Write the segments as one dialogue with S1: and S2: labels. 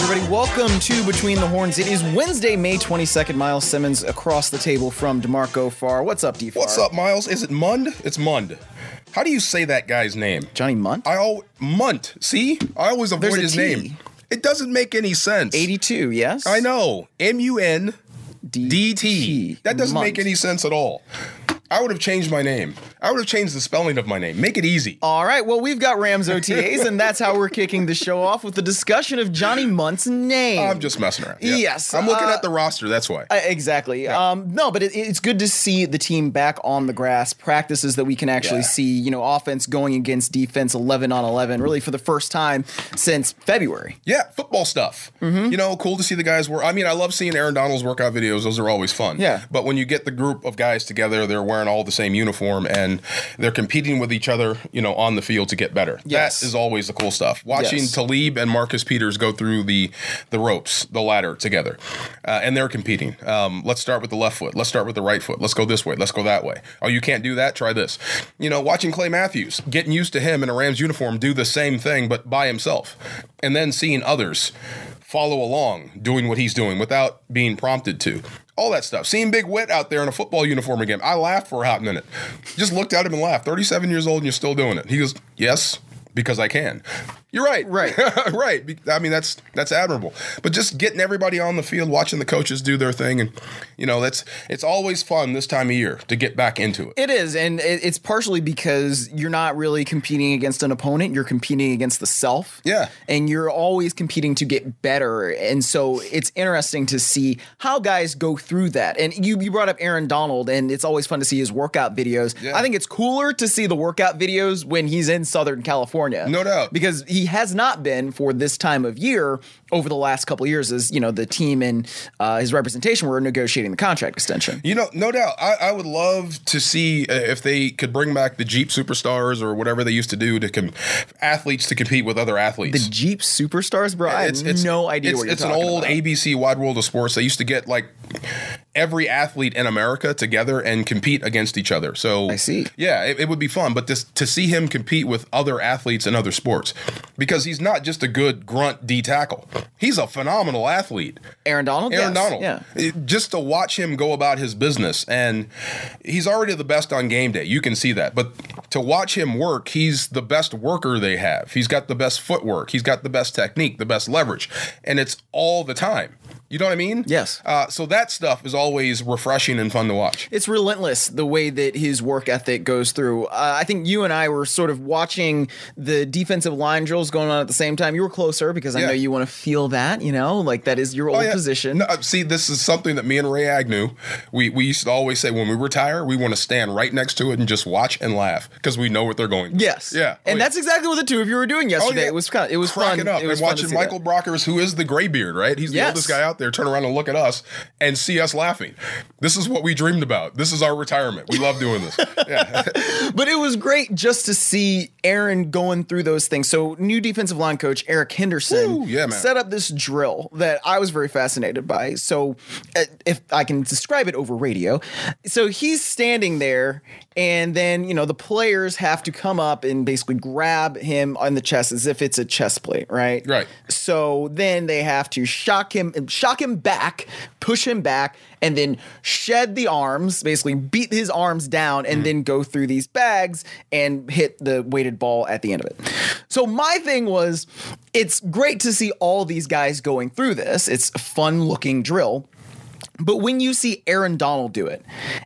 S1: Welcome to Between the Horns. It is Wednesday, May 22nd. Miles Simmons across the table from DeMarco Farr. What's up, D? Farr?
S2: What's up, Miles? Is it Mund? It's Mund. How do you say that guy's name?
S1: Johnny Munt?
S2: I al Munt. See, I always avoid
S1: There's a
S2: his
S1: T.
S2: name. It doesn't make any sense.
S1: 82, yes?
S2: I know. M U N D T. That doesn't make any sense at all. I would have changed my name. I would have changed the spelling of my name. Make it easy.
S1: All right, well, we've got Rams OTAs, and that's how we're kicking the show off with the discussion of Johnny Munt's name.
S2: I'm just messing around. Yeah.
S1: Yes,
S2: I'm looking
S1: uh,
S2: at the roster. That's why.
S1: Uh, exactly. Um, no, but it, it's good to see the team back on the grass, practices that we can actually
S2: Yeah.
S1: see, you know, offense going against defense 11 on 11, really for the first time since February.
S2: Yeah, football stuff.
S1: Mm-hmm.
S2: You know, cool to see the guys work. I mean, I love seeing Aaron Donald's workout videos. Those are always fun.
S1: Yeah.
S2: But when you get the group of guys together, they're wearing all the same uniform and they're competing with each other, you know, on the field to get better.
S1: Yes.
S2: That is always the cool stuff. Watching
S1: Yes.
S2: Talib and Marcus Peters go through the the ropes, the ladder together, uh, and they're competing. Um, let's start with the left foot. Let's start with the right foot. Let's go this way. Let's go that way. Oh, you can't do that. Try this. You know, watching Clay Matthews getting used to him in a Rams uniform do the same thing but by himself, and then seeing others follow along doing what he's doing without being prompted to. All that stuff. Seeing Big Wit out there in a football uniform again. I laughed for a hot minute. Just looked at him and laughed. 37 years old and you're still doing it. He goes, Yes, because I can. You're right.
S1: Right.
S2: right. Be- I mean, that's that's admirable. But just getting everybody on the field, watching the coaches do their thing, and you know, that's it's always fun this time of year to get back into it.
S1: It is, and it, it's partially because you're not really competing against an opponent. You're competing against the self.
S2: Yeah.
S1: And you're always competing to get better. And so it's interesting to see how guys go through that. And you, you brought up Aaron Donald, and it's always fun to see his workout videos.
S2: Yeah.
S1: I think it's cooler to see the workout videos when he's in Southern California.
S2: No doubt.
S1: Because he has not been for this time of year over the last couple of years as, you know, the team and uh, his representation were negotiating the contract extension.
S2: You know, no doubt. I, I would love to see uh, if they could bring back the Jeep Superstars or whatever they used to do to com- athletes to compete with other athletes.
S1: The Jeep Superstars, bro. I have no idea
S2: it's,
S1: what you're
S2: it's
S1: talking
S2: an old
S1: about.
S2: ABC Wide World of Sports. They used to get like every athlete in America together and compete against each other. So
S1: I see.
S2: Yeah, it, it would be fun, but just to see him compete with other athletes in other sports because he's not just a good grunt D tackle. He's a phenomenal athlete.
S1: Aaron Donald.
S2: Aaron
S1: Yes.
S2: Donald.
S1: Yeah.
S2: It- Just to watch him go about his business, and he's already the best on game day. You can see that. But to watch him work, he's the best worker they have. He's got the best footwork. He's got the best technique, the best leverage, and it's all the time. You know what I mean?
S1: Yes.
S2: Uh, so that stuff is always refreshing and fun to watch.
S1: It's relentless the way that his work ethic goes through. Uh, I think you and I were sort of watching the defensive line drills going on at the same time. You were closer because I
S2: Yeah.
S1: know you want to feel that, you know, like that is your old
S2: yeah.
S1: position.
S2: No, uh, see, this is something that me and Ray Agnew, we, we used to always say when we retire, we want to stand right next to it and just watch and laugh because we know what they're going. through.
S1: Yes.
S2: Yeah.
S1: And
S2: Oh, yeah. Oh,
S1: that's exactly what the two of you were doing yesterday.
S2: yeah.
S1: It was kind of, it was
S2: cracking
S1: fun.
S2: up
S1: it was
S2: and
S1: fun to
S2: watching
S1: see that.
S2: Michael Brockers, who is the gray beard, right? He's
S1: Yes.
S2: the oldest guy out there, turn around and look at us and see us laughing. This is what we dreamed about. This is our retirement. We love doing this. yeah.
S1: But it was great just to see Aaron going through those things. So, new defensive line coach Eric Henderson
S2: Woo, yeah, man.
S1: set up this drill that I was very fascinated by. So, uh, if I can describe it over radio, so he's standing there, and then you know the players have to come up and basically grab him on the chest as if it's a chest plate, right?
S2: Right.
S1: So then they have to shock him, shock him back, push him back, and then shed the arms, basically beat his arms down, and then go through these bags and hit the weighted ball at the end of it. So my thing was, it's great to see all these guys going through this. It's a fun looking drill. But when you see Aaron Donald do it,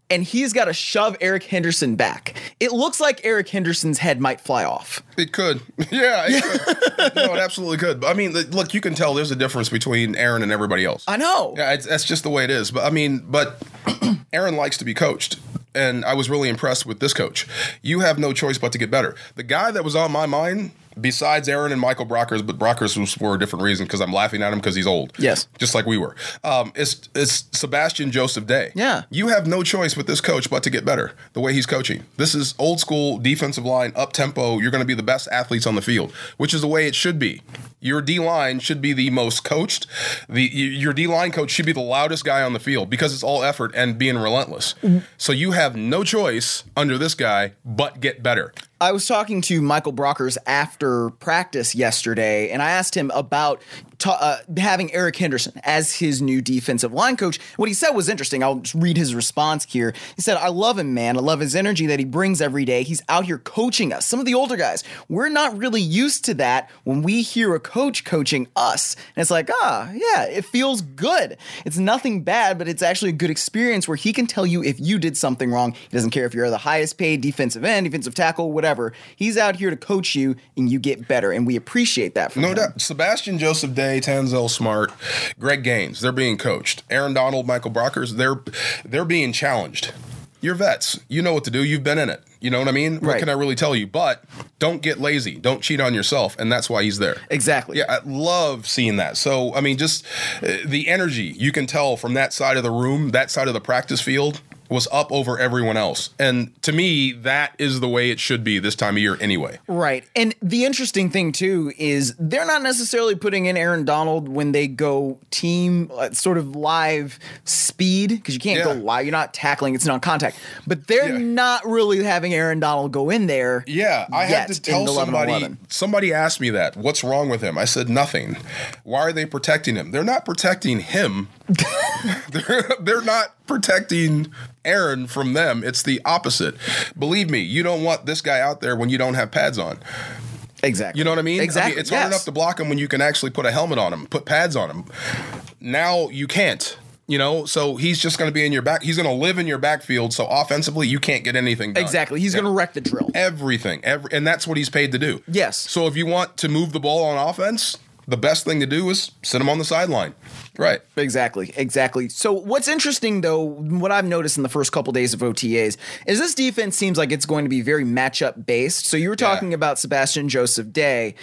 S1: and he's got to shove Eric Henderson back, it looks like Eric Henderson's head might fly off.
S2: It could. Yeah, it could. No, it absolutely could. But I mean, look, you can tell there's a difference between Aaron and everybody else.
S1: I know.
S2: Yeah, it's, that's just the way it is. But I mean, but Aaron likes to be coached. And I was really impressed with this coach. You have no choice but to get better. The guy that was on my mind, besides Aaron and Michael Brockers, but Brockers was for a different reason because I'm laughing at him because he's old.
S1: Yes.
S2: Just like we were. Um, it's, it's Sebastian Joseph Day.
S1: Yeah.
S2: You have no choice with this coach but to get better the way he's coaching. This is old school defensive line, up tempo. You're going to be the best athletes on the field, which is the way it should be. Your D line should be the most coached. The y- your D line coach should be the loudest guy on the field because it's all effort and being relentless. So you have no choice under this guy but get better.
S1: I was talking to Michael Brockers after practice yesterday, and I asked him about ta- uh, having Eric Henderson as his new defensive line coach. What he said was interesting. I'll just read his response here. He said, I love him, man. I love his energy that he brings every day. He's out here coaching us. Some of the older guys, we're not really used to that when we hear a coach coaching us. And it's like, ah, yeah, it feels good. It's nothing bad, but it's actually a good experience where he can tell you if you did something wrong. He doesn't care if you're the highest paid defensive end, defensive tackle, whatever. He's out here to coach you and you get better. And we appreciate that from
S2: No
S1: him.
S2: doubt. Sebastian Joseph Day, Tanzel Smart, Greg Gaines, they're being coached. Aaron Donald, Michael Brockers, they're they're being challenged. You're vets. You know what to do. You've been in it. You know what I mean? What
S1: Right.
S2: can I really tell you? But don't get lazy. Don't cheat on yourself. And that's why he's there.
S1: Exactly.
S2: Yeah, I love seeing that. So, I mean, just uh, the energy you can tell from that side of the room, that side of the practice field was up over everyone else. And to me, that is the way it should be this time of year anyway.
S1: Right. And the interesting thing, too, is they're not necessarily putting in Aaron Donald when they go team uh, sort of live speed because you can't go
S2: Yeah.
S1: live. You're not tackling, it's non contact. But they're
S2: Yeah.
S1: not really having Aaron Donald go in there.
S2: Yeah, I had
S1: yet
S2: to tell
S1: in the 11
S2: somebody.
S1: 11.
S2: Somebody asked me that. What's wrong with him? I said nothing. Why are they protecting him? They're not protecting him. they're, they're not protecting Aaron from them. It's the opposite. Believe me, you don't want this guy out there when you don't have pads on.
S1: Exactly.
S2: You know what I mean? I mean,
S1: Exactly.
S2: it's hard
S1: yes.
S2: enough to block him when you can actually put a helmet on him, put pads on him. Now you can't. You know, so he's just going to be in your back. He's going to live in your backfield. So offensively, you can't get anything done.
S1: Exactly. He's going to wreck the drill.
S2: everything. Every, and that's what he's paid to do.
S1: Yes.
S2: So if you want to move the ball on offense, the best thing to do is sit him on the sideline. Right.
S1: Exactly, exactly. So what's interesting though, what I've noticed in the first couple days of OTAs is this defense seems like it's going to be very matchup based. So you were talking about Sebastian Joseph Day.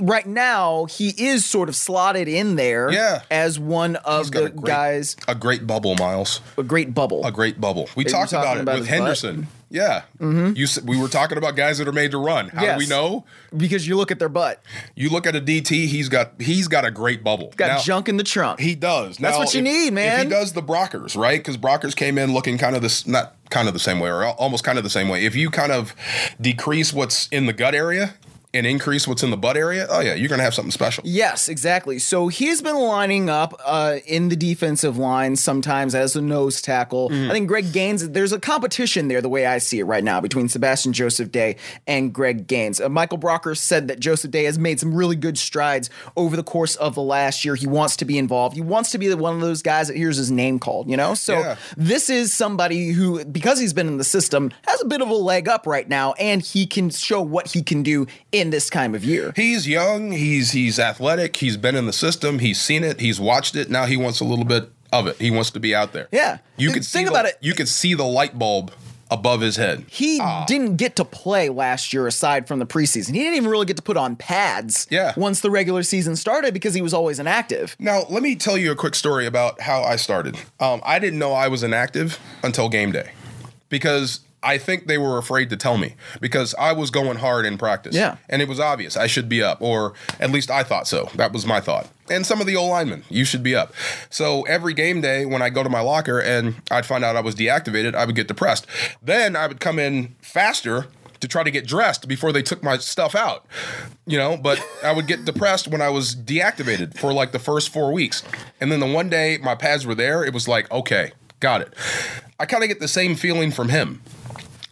S1: Right now, he is sort of slotted in there
S2: Yeah.
S1: as one of
S2: got
S1: the
S2: a great-
S1: guys
S2: A great bubble, Miles.
S1: a great bubble.
S2: A great bubble. We
S1: you
S2: talked
S1: talking
S2: about it
S1: about
S2: with
S1: his butt?
S2: Henderson. Yeah. Mm-hmm. You s- we were talking about guys that are made to run. How do we
S1: Yes.
S2: know?
S1: because you look at their butt.
S2: You look at a DT, he's got he's got a great bubble.
S1: Got
S2: Now-
S1: junk in the trunk.
S2: He does.
S1: That's
S2: Now,
S1: what you
S2: if-
S1: need,
S2: If
S1: man.
S2: he does the Brockers, right? Because Brockers came in looking kind of this, not kind of the same way, or al- almost kind of the same way. If you kind of decrease what's in the gut area and increase what's in the butt area, oh yeah, you're gonna have something special.
S1: Yes, exactly. So he's been lining up uh, in the defensive line sometimes as a nose tackle.
S2: Mm-hmm.
S1: I think Greg Gaines, there's a competition there, the way I see it right now, between Sebastian Joseph Day and Greg Gaines. Uh, Michael Brocker said that Joseph Day has made some really good strides over the course of the last year. He wants to be involved. He wants to be one of those guys that hears his name called, you know? So
S2: Yeah.
S1: this is somebody who, because he's been in the system, has a bit of a leg up right now, and he can show what he can do in this time of year.
S2: He's young. He's he's athletic. He's been in the system. He's seen it. He's watched it. Now he wants a little bit of it. He wants to be out there.
S1: Yeah.
S2: You
S1: Th-
S2: can
S1: think
S2: see
S1: about
S2: the,
S1: it.
S2: You can see the light bulb above his head.
S1: He didn't get to play last year aside from the preseason. He didn't even really get to put on pads
S2: Yeah.
S1: once the regular season started because he was always inactive.
S2: Now, let me tell you a quick story about how I started. Um, I didn't know I was inactive until game day because I think they were afraid to tell me because I was going hard in practice.
S1: Yeah.
S2: And it was obvious I should be up, or at least I thought so. That was my thought. And some of the old linemen, you should be up. So every game day, when I go to my locker and I'd find out I was deactivated, I would get depressed. Then I would come in faster to try to get dressed before they took my stuff out, you know. But I would get depressed when I was deactivated for like the first four weeks. And then the one day my pads were there, it was like, okay, got it. I kind of get the same feeling from him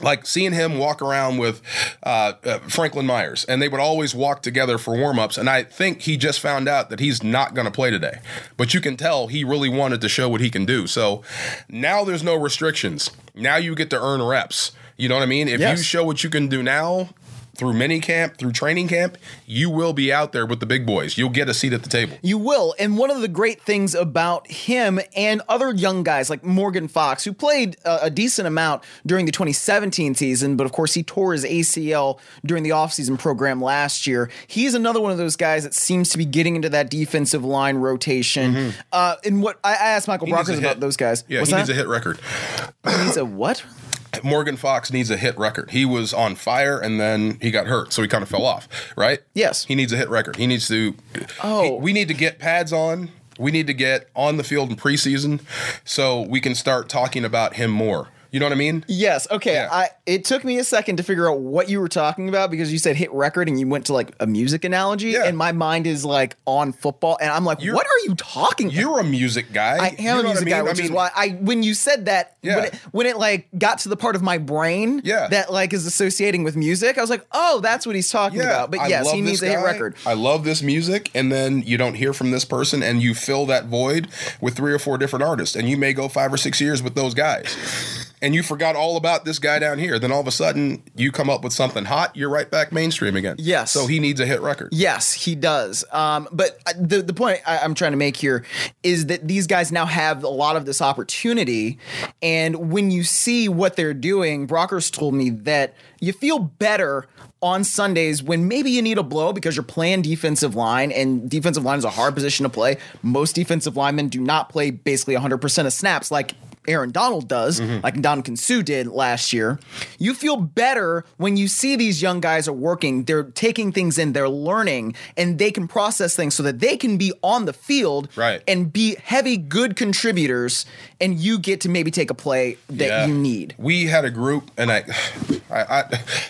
S2: like seeing him walk around with uh, uh, Franklin Myers, and they would always walk together for warm-ups. And I think he just found out that he's not going to play today, but you can tell he really wanted to show what he can do. So now there's no restrictions. Now you get to earn reps. You know what I mean? If
S1: Yes.
S2: you show what you can do now through mini camp, through training camp, you will be out there with the big boys. You'll get a seat at the table.
S1: You will. And one of the great things about him and other young guys like Morgan Fox, who played a, a decent amount during the 2017 season, but of course he tore his ACL during the offseason program last year. He's another one of those guys that seems to be getting into that defensive line rotation. Uh, and what I, I asked Michael
S2: Mm-hmm. needs
S1: Brockers
S2: a
S1: about
S2: hit.
S1: those guys.
S2: Yeah,
S1: What's
S2: he
S1: that?
S2: needs a hit record.
S1: He needs a what?
S2: Morgan Fox needs a hit record. He was on fire and then he got hurt, so he kind of fell off, right?
S1: Yes.
S2: He needs a hit record. He needs to.
S1: Oh.
S2: he- we need to get pads on. We need to get on the field in preseason so we can start talking about him more. You know what I mean?
S1: Yes. Okay.
S2: Yeah.
S1: I it took me a second to figure out what you were talking about because you said hit record and you went to like a music analogy
S2: Yeah.
S1: and my mind is like on football and I'm like,
S2: You're-
S1: what are you talking? about?
S2: You're a music guy.
S1: I
S2: You know
S1: am
S2: what
S1: a music guy,
S2: mean?
S1: which is
S2: mean,
S1: why I when you said that
S2: Yeah.
S1: when, it, when it like got to the part of my brain
S2: Yeah.
S1: that like is associating with music, I was like, oh, that's what he's talking about. But
S2: I
S1: yes,
S2: love
S1: he
S2: this
S1: needs a hit
S2: guy.
S1: record.
S2: I love this music, and then you don't hear from this person, and you fill that void with three or four different artists, and you may go five or six years with those guys. And you forgot all about this guy down here. Then all of a sudden, you come up with something hot. You're right back mainstream again.
S1: Yes.
S2: So he needs a hit record.
S1: Yes, he does. Um, but I- the the point I, I'm trying to make here is that these guys now have a lot of this opportunity, and when you see what they're doing, Brockers told me that you feel better on Sundays when maybe you need a blow because you're playing defensive line, and defensive line is a hard position to play. Most defensive linemen do not play basically 100% of snaps like Aaron Donald does,
S2: Mm-hmm.
S1: like Dominican Sue did last year, you feel better when you see these young guys are working. They're taking things in, they're learning, and they can process things so that they can be on the field
S2: Right.
S1: and be heavy, good contributors. And you get to maybe take a play that
S2: Yeah.
S1: you need.
S2: We had a group, and I, I, I,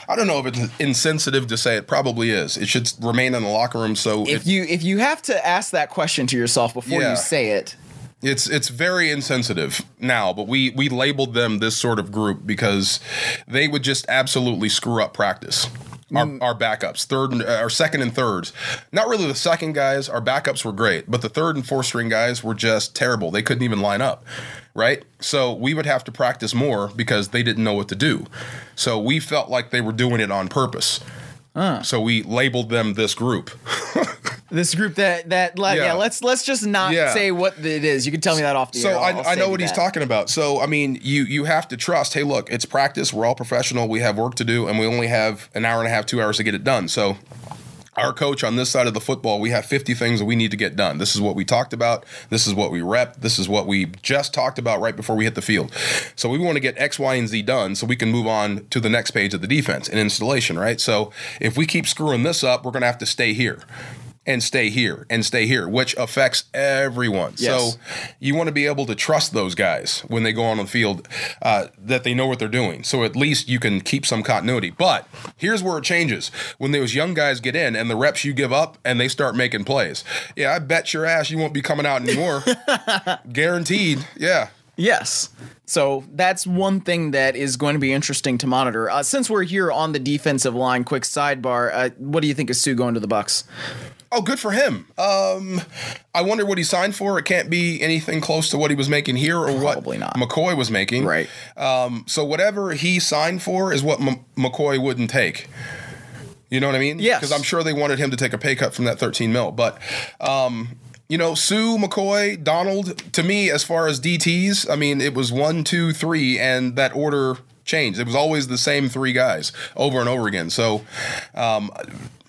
S2: I don't know if it's insensitive to say it. Probably is. It should remain in the locker room. So it-
S1: If you if you have to ask that question to yourself before
S2: Yeah.
S1: you say it,
S2: It's it's very insensitive now, but we we labeled them this sort of group because they would just absolutely screw up practice. Our, our backups, third and uh, our second and thirds, not really the second guys. Our backups were great, but the third and fourth string guys were just terrible. They couldn't even line up, right? So we would have to practice more because they didn't know what to do. So we felt like they were doing it on purpose. So we labeled them this group.
S1: this group that that like, yeah.
S2: Yeah.
S1: let's let's just not
S2: Yeah.
S1: say what it is. You can tell me that off the
S2: So
S1: air. I'll- I'll
S2: I, I
S1: save
S2: know
S1: you
S2: what he's
S1: that.
S2: talking about. So I mean, you you have to trust. Hey, look, it's practice. We're all professional. We have work to do, and we only have an hour and a half, two hours to get it done. So. Our coach on this side of the football, we have 50 things that we need to get done. This is what we talked about. This is what we rep. This is what we just talked about right before we hit the field. So we want to get X, Y, and Z done so we can move on to the next page of the defense and installation, right? So if we keep screwing this up, we're going to have to stay here and stay here and stay here, which affects everyone.
S1: Yes.
S2: So you want to be able to trust those guys when they go on the field uh, that they know what they're doing. So at least you can keep some continuity. But here's where it changes when those young guys get in and the reps you give up and they start making plays. Yeah, I bet your ass you won't be coming out anymore. Guaranteed. Yeah.
S1: Yes. So that's one thing that is going to be interesting to monitor. Uh, since we're here on the defensive line, quick sidebar: uh, What do you think of Sue going to the Bucks?
S2: Oh, good for him. Um, I wonder what he signed for. It can't be anything close to what he was making here or
S1: Probably not.
S2: what McCoy was making.
S1: Right.
S2: Um, so whatever he signed for is what M- McCoy wouldn't take. You know what I mean?
S1: Yes.
S2: Because I'm sure they wanted him to take a pay cut from that 13 mil. But, um, you know, Sue, McCoy, Donald, to me, as far as DTs, I mean, it was one, two, three, and that order changed. It was always the same three guys over and over again. So um,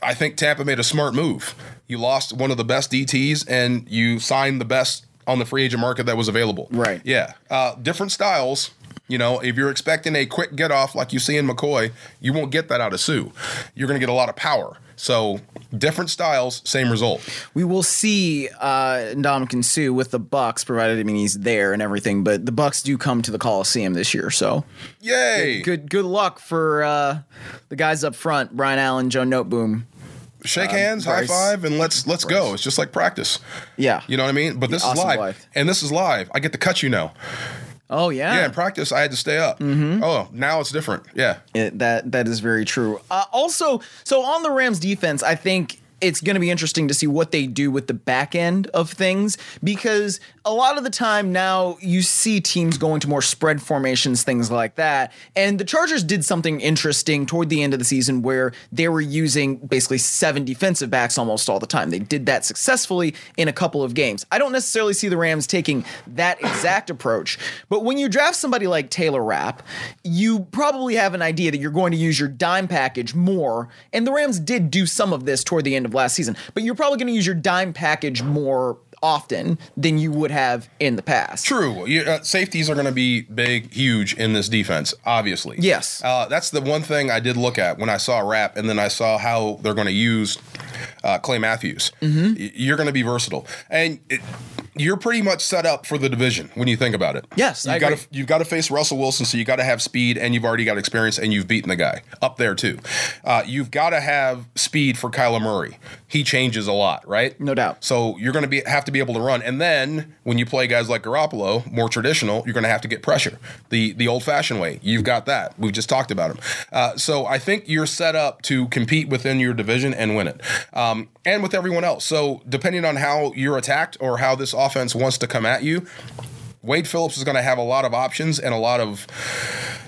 S2: I think Tampa made a smart move. You lost one of the best DTs and you signed the best on the free agent market that was available.
S1: Right.
S2: Yeah. Uh, different styles. You know, if you're expecting a quick get off like you see in McCoy, you won't get that out of Sue. You're going to get a lot of power. So, different styles, same result.
S1: We will see uh, Ndamukong Sue with the Bucks, provided I mean he's there and everything. But the Bucks do come to the Coliseum this year, so
S2: Yay!
S1: good good luck for uh, the guys up front: Brian Allen, Joe Noteboom.
S2: Shake
S1: Um,
S2: hands,
S1: Bryce.
S2: high five, and let's let's go. It's just like practice.
S1: Yeah.
S2: You know what I mean? But this
S1: Awesome
S2: is live.
S1: life.
S2: and this is live. I get to cut you now.
S1: oh
S2: Yeah, in practice, I had to stay up.
S1: Mm-hmm.
S2: Oh, now it's different. Yeah.
S1: It, that that is very true. Uh, also, so on the Rams defense, I think it's going to be interesting to see what they do with the back end of things because a lot of the time now you see teams going to more spread formations, things like that. And the Chargers did something interesting toward the end of the season where they were using basically seven defensive backs almost all the time. They did that successfully in a couple of games. I don't necessarily see the Rams taking that exact approach, but when you draft somebody like Taylor Rapp, you probably have an idea that you're going to use your dime package more. And the Rams did do some of this toward the end of last season, but you're probably going to use your dime package more often than you would have in the past.
S2: True. You- uh, safeties are going to be big, huge in this defense, obviously.
S1: Yes.
S2: Uh, that's the one thing I did look at when I saw Rap, and then I saw how they're going to use uh, Clay Matthews. Mm-hmm. You're going to be versatile. And it, you're pretty much set up for the division when you think about it.
S1: Yes, I
S2: you've got to
S1: agree.
S2: you've got to face Russell Wilson, so you got to have speed, and you've already got experience, and you've beaten the guy up there too. Uh, you've got to have speed for Kyler Murray. He changes a lot, right?
S1: No doubt.
S2: So you're going to be have to be able to run, and then when you play guys like Garoppolo, more traditional, you're going to have to get pressure the the old fashioned way. You've got that. We've just talked about him. Uh, so I think you're set up to compete within your division and win it, um, and with everyone else. So depending on how you're attacked or how this offense wants to come at you, Wade Phillips is going to have a lot of options and a lot of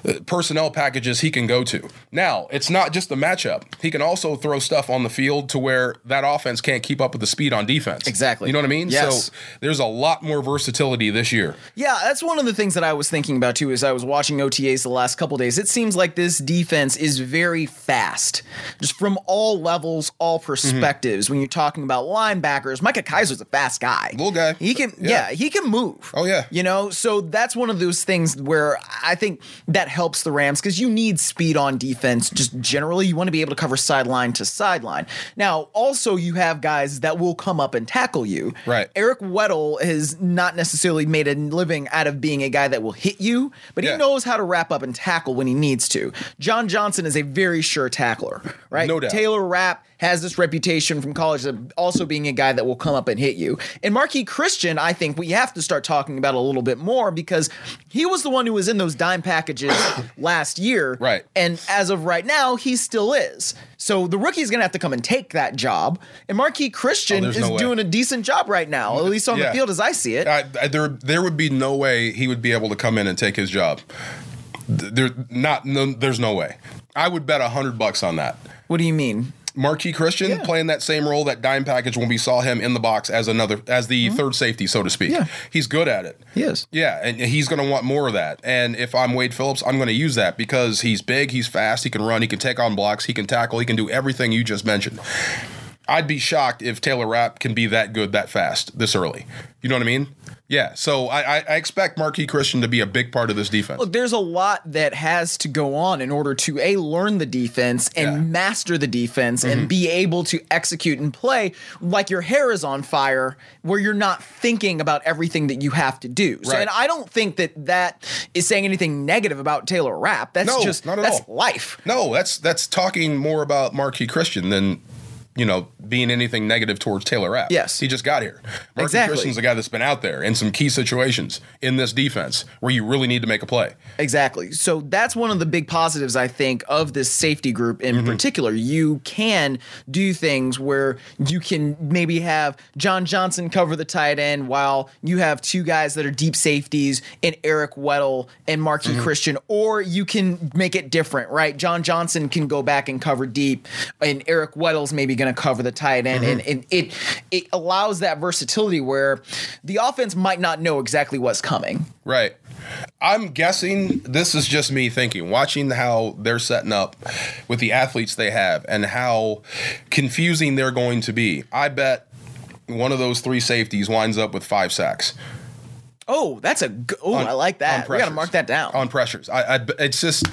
S2: uh, personnel packages he can go to. Now, it's not just the matchup. He can also throw stuff on the field to where that offense can't keep up with the speed on defense.
S1: Exactly.
S2: You know what I mean?
S1: Yes.
S2: So there's a lot more versatility this year.
S1: Yeah, that's one of the things that I was thinking about too as I was watching OTAs the last couple days. It seems like this defense is very fast, just from all levels, all
S2: Mm-hmm.
S1: perspectives. When you're talking about linebackers, Micah Kaiser's a fast guy.
S2: Little guy.
S1: He can, yeah.
S2: Yeah.
S1: he can move.
S2: Oh, yeah.
S1: You know, so that's one of those things where I think that helps the Rams because you need speed on defense. Just generally, you want to be able to cover sideline to sideline. Now, also, you have guys that will come up and tackle you.
S2: Right.
S1: Eric Weddle has not necessarily made a living out of being a guy that will hit you, but he
S2: Yeah.
S1: knows how to wrap up and tackle when he needs to. John Johnson is a very sure tackler, right?
S2: No doubt.
S1: Taylor Rapp has this reputation from college of also being a guy that will come up and hit you. And Marquis Christian, I think we have to start talking about a little bit more because he was the one who was in those dime packages last year.
S2: Right.
S1: And as of right now, he still is. So the rookie's going to have to come and take that job. And Marquis Christian
S2: Oh, there's
S1: is
S2: no way.
S1: doing a decent job right now, at least on the
S2: Yeah.
S1: field as I see it.
S2: I, I, there, there would be no way he would be able to come in and take his job. Th- There, not, no, there's no way. I would bet a hundred bucks on that.
S1: What do you mean?
S2: Marquis Christian playing that same role that dime package when we saw him in the box as another as the third safety, so to speak.
S1: Yeah.
S2: He's good at it.
S1: Yes.
S2: Yeah, and he's going to want more of that. And if I'm Wade Phillips, I'm going to use that because he's big, he's fast, he can run, he can take on blocks, he can tackle, he can do everything you just mentioned. I'd be shocked if Taylor Rapp can be that good that fast this early. You know what I mean? Yeah. So I, I, I expect Marquis Christian to be a big part of this defense.
S1: Look, there's a lot that has to go on in order to a learn the defense and
S2: Yeah. Mm-hmm.
S1: master the defense and be able to execute and play like your hair is on fire where you're not thinking about everything that you have to do. So
S2: Right.
S1: and I don't think that that is saying anything negative about Taylor Rapp. That's
S2: No,
S1: just
S2: not at
S1: that's
S2: all.
S1: life.
S2: No, that's that's talking more about Marquis Christian than you know being anything negative towards Taylor Rapp.
S1: Yes.
S2: he just got here. Marquis
S1: Exactly.
S2: Christian's a guy that's been out there in some key situations in this defense where you really need to make a play.
S1: Exactly. So that's one of the big positives I think of this safety group in particular. You can do things where you can maybe have John Johnson cover the tight end while you have two guys that are deep safeties in Eric Weddle and Marquis Christian, or you can make it different, right? John Johnson can go back and cover deep, and Eric Weddle's maybe going to cover the tight end, and, and it it allows that versatility where the offense might not know exactly what's coming.
S2: Right. I'm guessing this is just me thinking, watching how they're setting up with the athletes they have and how confusing they're going to be. I bet one of those three safeties winds up with five sacks.
S1: Oh, that's a good. Oh, I like
S2: on
S1: that. We got to
S2: pressures.
S1: mark that down.
S2: on pressures. I, I it's just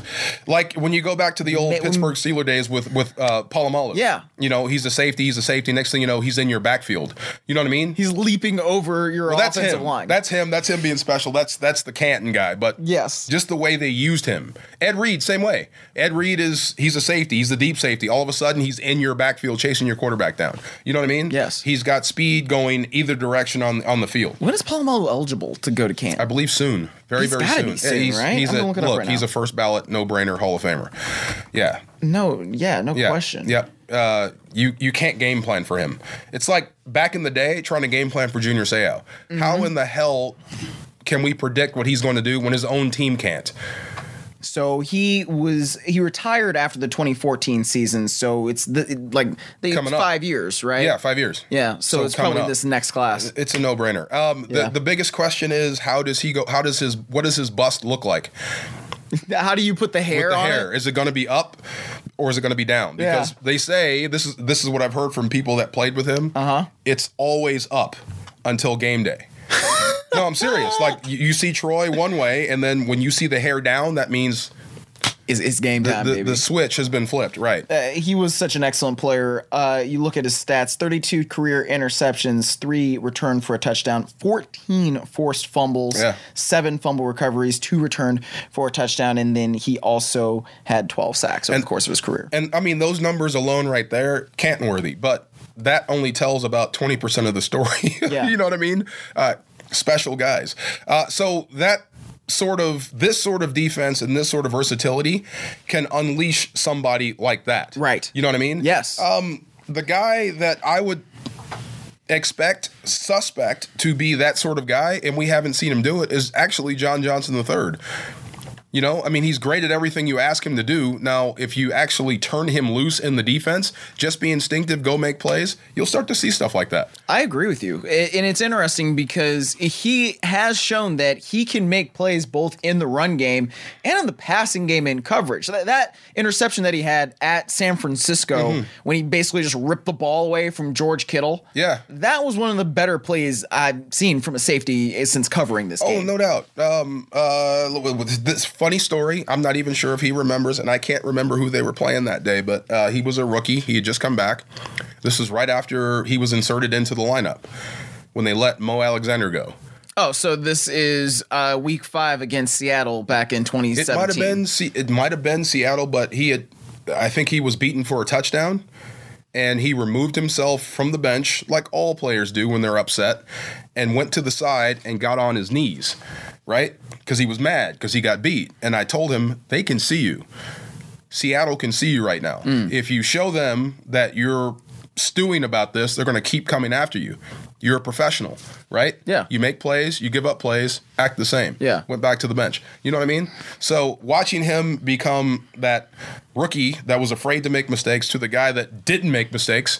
S2: like when you go back to the old
S1: Ma-
S2: Pittsburgh Steeler days with with uh, Polamalu.
S1: Yeah.
S2: you know he's a safety. He's a safety. Next thing you know, he's in your backfield. You know what I mean?
S1: He's leaping over your
S2: Well, that's
S1: offensive
S2: him.
S1: line.
S2: That's him. That's him being special. That's that's the Canton guy. But
S1: Yes.
S2: just the way they used him. Ed Reed, same way. Ed Reed is he's a safety. He's the deep safety. All of a sudden, he's in your backfield chasing your quarterback down. You know what I mean?
S1: Yes.
S2: He's got speed going either direction on on the field.
S1: when is Palomalu eligible to go to camp?
S2: I believe soon, very
S1: He's
S2: very
S1: gotta
S2: soon.
S1: be soon,
S2: Yeah, he's,
S1: right?
S2: He's
S1: I'm
S2: a,
S1: gonna look
S2: look,
S1: it up right
S2: he's
S1: now.
S2: a first ballot, no brainer Hall of Famer. Yeah,
S1: no, yeah, no
S2: yeah,
S1: question.
S2: Yep. Uh, you you can't game plan for him. It's like back in the day trying to game plan for Junior Seau.
S1: Mm-hmm.
S2: How in the hell can we predict what he's going to do when his own team can't?
S1: So he was he retired after the 2014 season. So it's the it- like they it's
S2: Coming up.
S1: five years, right?
S2: Yeah, five years.
S1: yeah. So, it's
S2: coming
S1: probably
S2: up.
S1: this next class.
S2: It's a no brainer. Um, the,
S1: Yeah.
S2: the biggest question is how does he go? How does his what does his bust look like?
S1: How do you put the hair
S2: the
S1: on
S2: hair.
S1: it?
S2: is it going to be up or is it going to be down?
S1: Yeah.
S2: Because they say this is this is what I've heard from people that played with him. Uh-huh. It's always up until game day. no, I'm serious. Like you, you see Troy one way, and then when you see the hair down, that means
S1: is it's game time,
S2: The,
S1: Ah, baby.
S2: the switch has been flipped, right?
S1: Uh, he was such an excellent player. Uh, you look at his stats 32 career interceptions, three returned for a touchdown, 14 forced fumbles,
S2: Yeah.
S1: seven fumble recoveries, two returned for a touchdown, and then he also had 12 sacks over the course of his career.
S2: And I mean, those numbers alone right there, Canton worthy, but that only tells about 20% of the story.
S1: Yeah.
S2: you know what I mean? Uh, special guys. Uh, so that sort of, this sort of defense and this sort of versatility can unleash somebody like that.
S1: Right.
S2: You know what I mean?
S1: yes.
S2: Um, the guy that I would expect, suspect to be that sort of guy, and we haven't seen him do it, is actually John Johnson III. You know, I mean, he's great at everything you ask him to do. Now, if you actually turn him loose in the defense, just be instinctive, go make plays, you'll start to see stuff like that.
S1: I agree with you. A- And it's interesting because he has shown that he can make plays both in the run game and in the passing game in coverage. That, that interception that he had at San Francisco
S2: Mm-hmm.
S1: when he basically just ripped the ball away from George Kittle.
S2: Yeah.
S1: That was one of the better plays I've seen from a safety eh, since covering this
S2: Oh,
S1: game.
S2: no doubt. Um, uh, with- with this funny story. I'm not even sure if he remembers, and I can't remember who they were playing that day. But uh, he was a rookie. He had just come back. This is right after he was inserted into the lineup when they let Mo Alexander go.
S1: Oh, so this is uh, week five against Seattle back in
S2: It
S1: 2017.
S2: might have been. Se- It might have been Seattle, but he had. I think he was beaten for a touchdown, and he removed himself from the bench like all players do when they're upset, and went to the side and got on his knees, right? Because he was mad because he got beat. And I told him they can see you. Seattle can see you right now. If you show them that you're stewing about this, they're going to keep coming after you. You're a professional, right?
S1: Yeah.
S2: You make plays, you give up plays, act the same.
S1: Yeah.
S2: Went back to the bench. You know what I mean? So watching him become that rookie that was afraid to make mistakes to the guy that didn't make mistakes.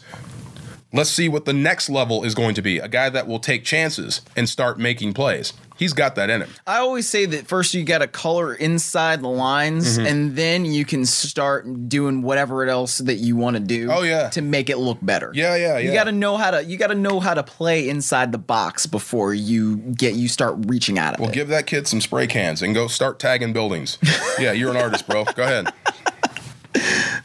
S2: Let's see what the next level is going to be. A guy that will take chances and start making plays. He's got that in him.
S1: I always say that first you got to color inside the lines,
S2: Mm-hmm.
S1: and then you can start doing whatever else that you want to do.
S2: Oh, yeah.
S1: to make it look better.
S2: Yeah, yeah,
S1: You
S2: yeah.
S1: got to know how to. You got to know how to play inside the box before you get you start reaching out of
S2: Well,
S1: it.
S2: give that kid some spray cans and go start tagging buildings. yeah, you're an artist, bro. Go ahead.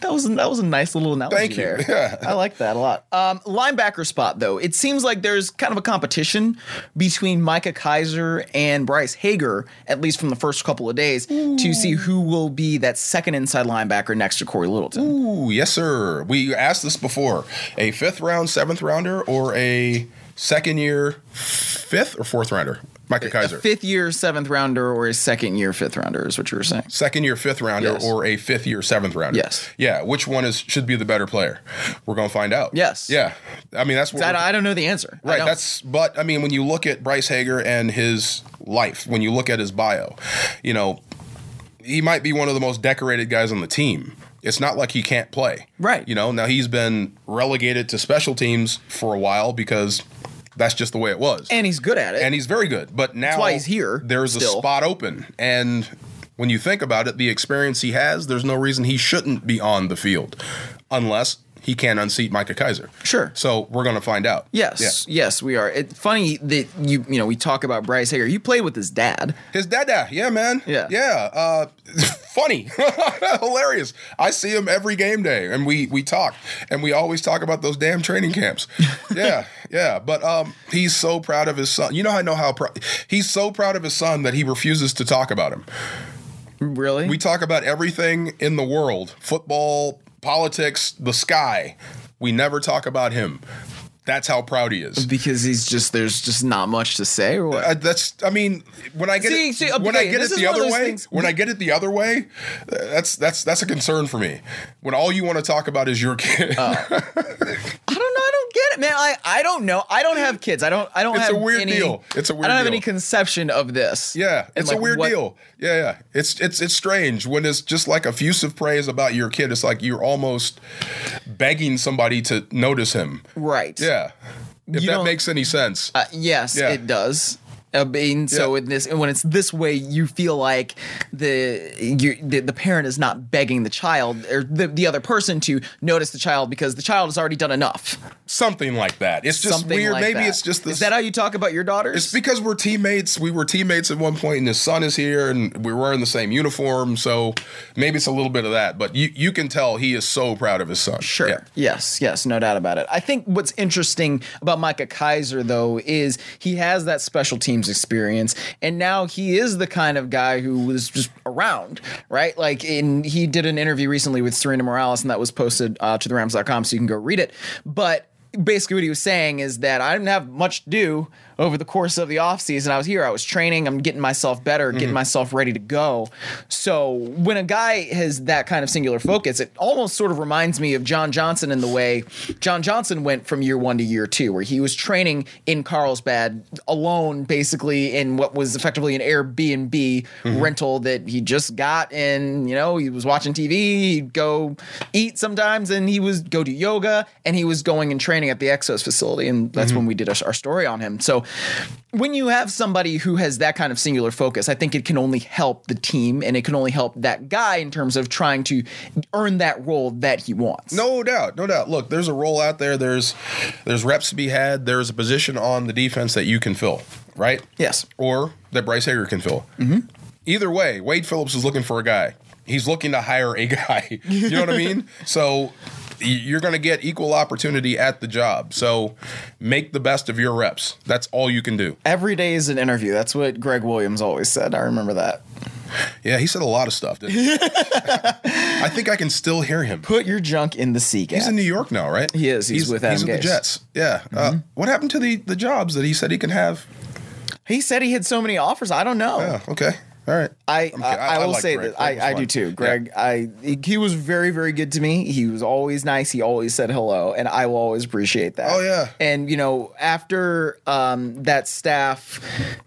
S1: that was that was a nice little analogy.
S2: Thank you.
S1: There.
S2: Yeah.
S1: I like that a lot. Um, linebacker spot though, it seems like there's kind of a competition between Micah Kaiser and Bryce Hager, at least from the first couple of days, to see who will be that second inside linebacker next to Corey Littleton.
S2: Ooh, yes, sir. We asked this before: a fifth round, seventh rounder, or a second year, fifth or fourth rounder? Micah
S1: a
S2: Kaiser.
S1: fifth year seventh rounder or a second year fifth rounder is what you were saying.
S2: Second year, fifth rounder,
S1: Yes.
S2: or a fifth year, seventh rounder.
S1: Yes.
S2: Yeah. Which one is should be the better player? We're gonna find out.
S1: Yes.
S2: Yeah. I mean, that's what
S1: I
S2: we're-
S1: don't, I don't know the answer. I
S2: Right.
S1: don't.
S2: That's but I mean when you look at Bryce Hager and his life, when you look at his bio, you know, he might be one of the most decorated guys on the team. It's not like he can't play.
S1: Right.
S2: You know, now he's been relegated to special teams for a while because that's just the way it was.
S1: and he's good at it.
S2: And he's very good. But now
S1: why he's here
S2: There's
S1: still.
S2: a spot open. And when you think about it, the experience he has, there's no reason he shouldn't be on the field unless he can unseat Micah Kaiser.
S1: Sure.
S2: So we're gonna find out. Yeah.
S1: yes, yes, we are. It's funny that you you know we talk about Bryce Hager. You played with his dad.
S2: His dada, yeah, man.
S1: Yeah.
S2: Yeah. Uh, funny. Hilarious. I see him every game day and we we talk and we always talk about those damn training camps. yeah, yeah. But um he's so proud of his son. You know I know how prou- he's so proud of his son that he refuses to talk about him.
S1: Really?
S2: We talk about everything in the world, football, politics, the sky. We never talk about him. That's how proud he is.
S1: because he's just there's just not much to say or what?
S2: I, that's. I mean, when I get
S1: See,
S2: it,
S1: see,
S2: when I
S1: okay,
S2: get
S1: this
S2: it
S1: is
S2: the
S1: one of
S2: other
S1: those
S2: way,
S1: things-
S2: when I get it the other way, uh, that's that's that's a concern for me. When all you want to talk about is your kid,
S1: Uh, I don't know. I don't get it, man. I I don't know. I don't have kids. I don't. I don't
S2: It's a
S1: have
S2: weird
S1: any,
S2: deal. It's a weird
S1: I don't have
S2: deal.
S1: any conception of this.
S2: yeah,
S1: And,
S2: it's
S1: like,
S2: a weird
S1: what-
S2: deal. Yeah, yeah, it's it's it's strange when it's just like effusive praise about your kid. It's like you're almost begging somebody to notice him.
S1: Right.
S2: Yeah, if
S1: You
S2: that
S1: don't-
S2: makes any sense.
S1: Uh, yes,
S2: Yeah.
S1: it does. I mean, so
S2: Yeah.
S1: in this, when it's this way, you feel like the you, the, the parent is not begging the child or the, the other person to notice the child because the child has already done enough.
S2: something like that. It's just
S1: Something
S2: weird.
S1: like
S2: Maybe
S1: that.
S2: it's just this.
S1: Is that how you talk about your daughters?
S2: It's because we're teammates. We were teammates at one point, and his son is here, and we're wearing the same uniform. So maybe it's a little bit of that, but you you can tell he is so proud of his son.
S1: Sure.
S2: Yeah.
S1: Yes, yes, no doubt about it. I think what's interesting about Micah Kaiser, though, is he has that special teams experience, and now he is the kind of guy who was just around, right? Like, in he did an interview recently with Serena Morales, and that was posted uh, to the Rams.com, so you can go read it. But basically what he was saying is that I didn't have much to do over the course of the offseason. I was here, I was training, I'm getting myself better, getting myself ready to go. So when a guy has that kind of singular focus, it almost sort of reminds me of John Johnson in the way John Johnson went from year one to year two, where he was training in Carlsbad alone, basically in what was effectively an Airbnb
S2: Mm-hmm.
S1: rental that he just got. And, you know, he was watching TV, he'd go eat sometimes, and he was go do yoga, and he was going and training at the Exos facility. And that's
S2: Mm-hmm.
S1: when we did our, our story on him. So when you have somebody who has that kind of singular focus, I think it can only help the team and it can only help that guy in terms of trying to earn that role that he wants.
S2: No doubt, no doubt. Look, there's a role out there. There's there's reps to be had. There's a position on the defense that you can fill, right?
S1: Yes.
S2: Or that Bryce Hager can fill. Mm-hmm. Either way, Wade Phillips is looking for a guy. He's looking to hire a guy. You know what I mean? So y- you're going to get equal opportunity at the job. So make the best of your reps. That's all you can do.
S1: Every day is an interview. That's what Greg Williams always said. I remember that.
S2: Yeah, he said a lot of stuff. Didn't he? I think I can still hear him.
S1: Put your junk in the sea gap.
S2: He's in New York now, right?
S1: He is. He's with Adam
S2: he's with
S1: Gase. Mm-hmm.
S2: the Jets. Yeah. Uh, what happened to the the jobs that he said he can have?
S1: He said he had so many offers. I don't know.
S2: Oh, okay. All right.
S1: I,
S2: I'm
S1: I,
S2: kidding. I-
S1: I
S2: I
S1: will
S2: like
S1: say
S2: Greg.
S1: that
S2: Greg was
S1: I, I do
S2: fun.
S1: too.
S2: Yeah.
S1: Greg, I he was very very good to me. He was always nice. He always said hello, and I will always appreciate that.
S2: Oh, yeah.
S1: And you know, after um, that staff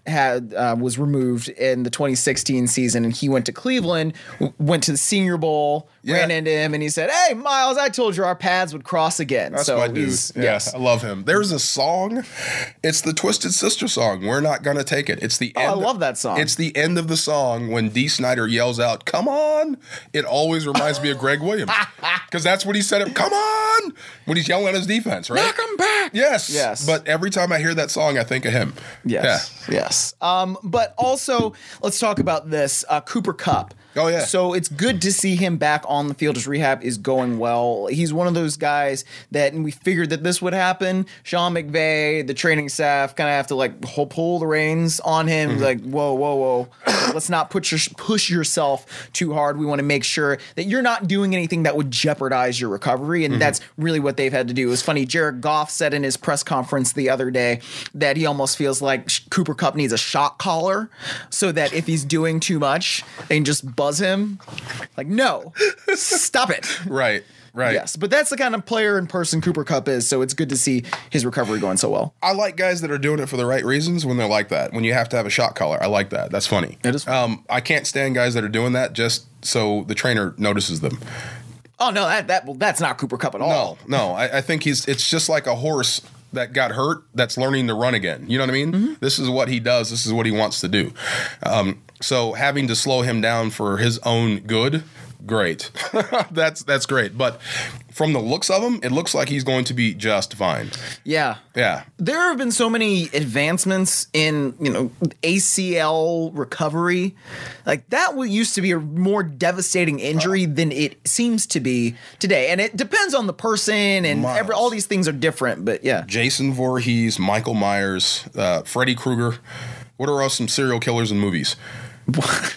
S1: had uh, was removed in the 2016 season, and he went to Cleveland, w- went to the Senior Bowl,
S2: Yeah.
S1: ran into him, and he said, "Hey, Miles, I told you our paths would cross again."
S2: That's
S1: so
S2: my dude.
S1: he's
S2: Yeah,
S1: yes.
S2: I love him. There's a song. It's the Twisted Sister song. We're not gonna take it. It's the.
S1: Oh, I
S2: End,
S1: love that song.
S2: It's the end of the song when D. Snyder yells out, "Come on!" It always reminds me of Greg Williams because that's what he said. Come on! When he's yelling at his defense, right?
S1: Welcome back.
S2: Yes.
S1: Yes.
S2: But every time I hear that song, I think of him.
S1: Yes. Yes. Um, but also, let's talk about this uh, Cooper Cup.
S2: Oh, yeah.
S1: So it's good to see him back on the field. His rehab is going well. He's one of those guys that, and we figured that this would happen. Sean McVay, the training staff, kind of have to like ho- pull the reins on him.
S2: Mm-hmm.
S1: Like, whoa, whoa, whoa. let's not put your push yourself too hard. We want to make sure that you're not doing anything that would jeopardize your recovery, and that's really what they've had to do. It was funny. Jared Goff said in his press conference the other day that he almost feels like Sh- Cooper Cup needs a shock collar, so that if he's doing too much, they can just buzz him. Like, no, stop it.
S2: Yeah. Right. Right.
S1: Yes, but that's the kind of player and person Cooper Cup is. So it's good to see his recovery going so well.
S2: I like guys that are doing it for the right reasons when they're like that. When you have to have a shot collar, I like that. That's funny.
S1: It is funny.
S2: Um, I can't stand guys that are doing that just so the trainer notices them.
S1: Oh no, that that well, that's not Cooper Cup at all.
S2: No, no. I, I think he's. It's just like a horse that got hurt that's learning to run again. You know what I mean? This is what he does. This is what he wants to do. Um, so having to slow him down for his own good, great. that's that's great. But from the looks of him, it looks like he's going to be just fine.
S1: Yeah.
S2: Yeah.
S1: there have been so many advancements in you know ACL recovery, like that. What used to be a more devastating injury than it seems to be today, and it depends on the person and
S2: Miles.
S1: every, all these things are different. But yeah,
S2: Jason Voorhees, Michael Myers, uh, Freddy Krueger. What are all some serial killers in movies?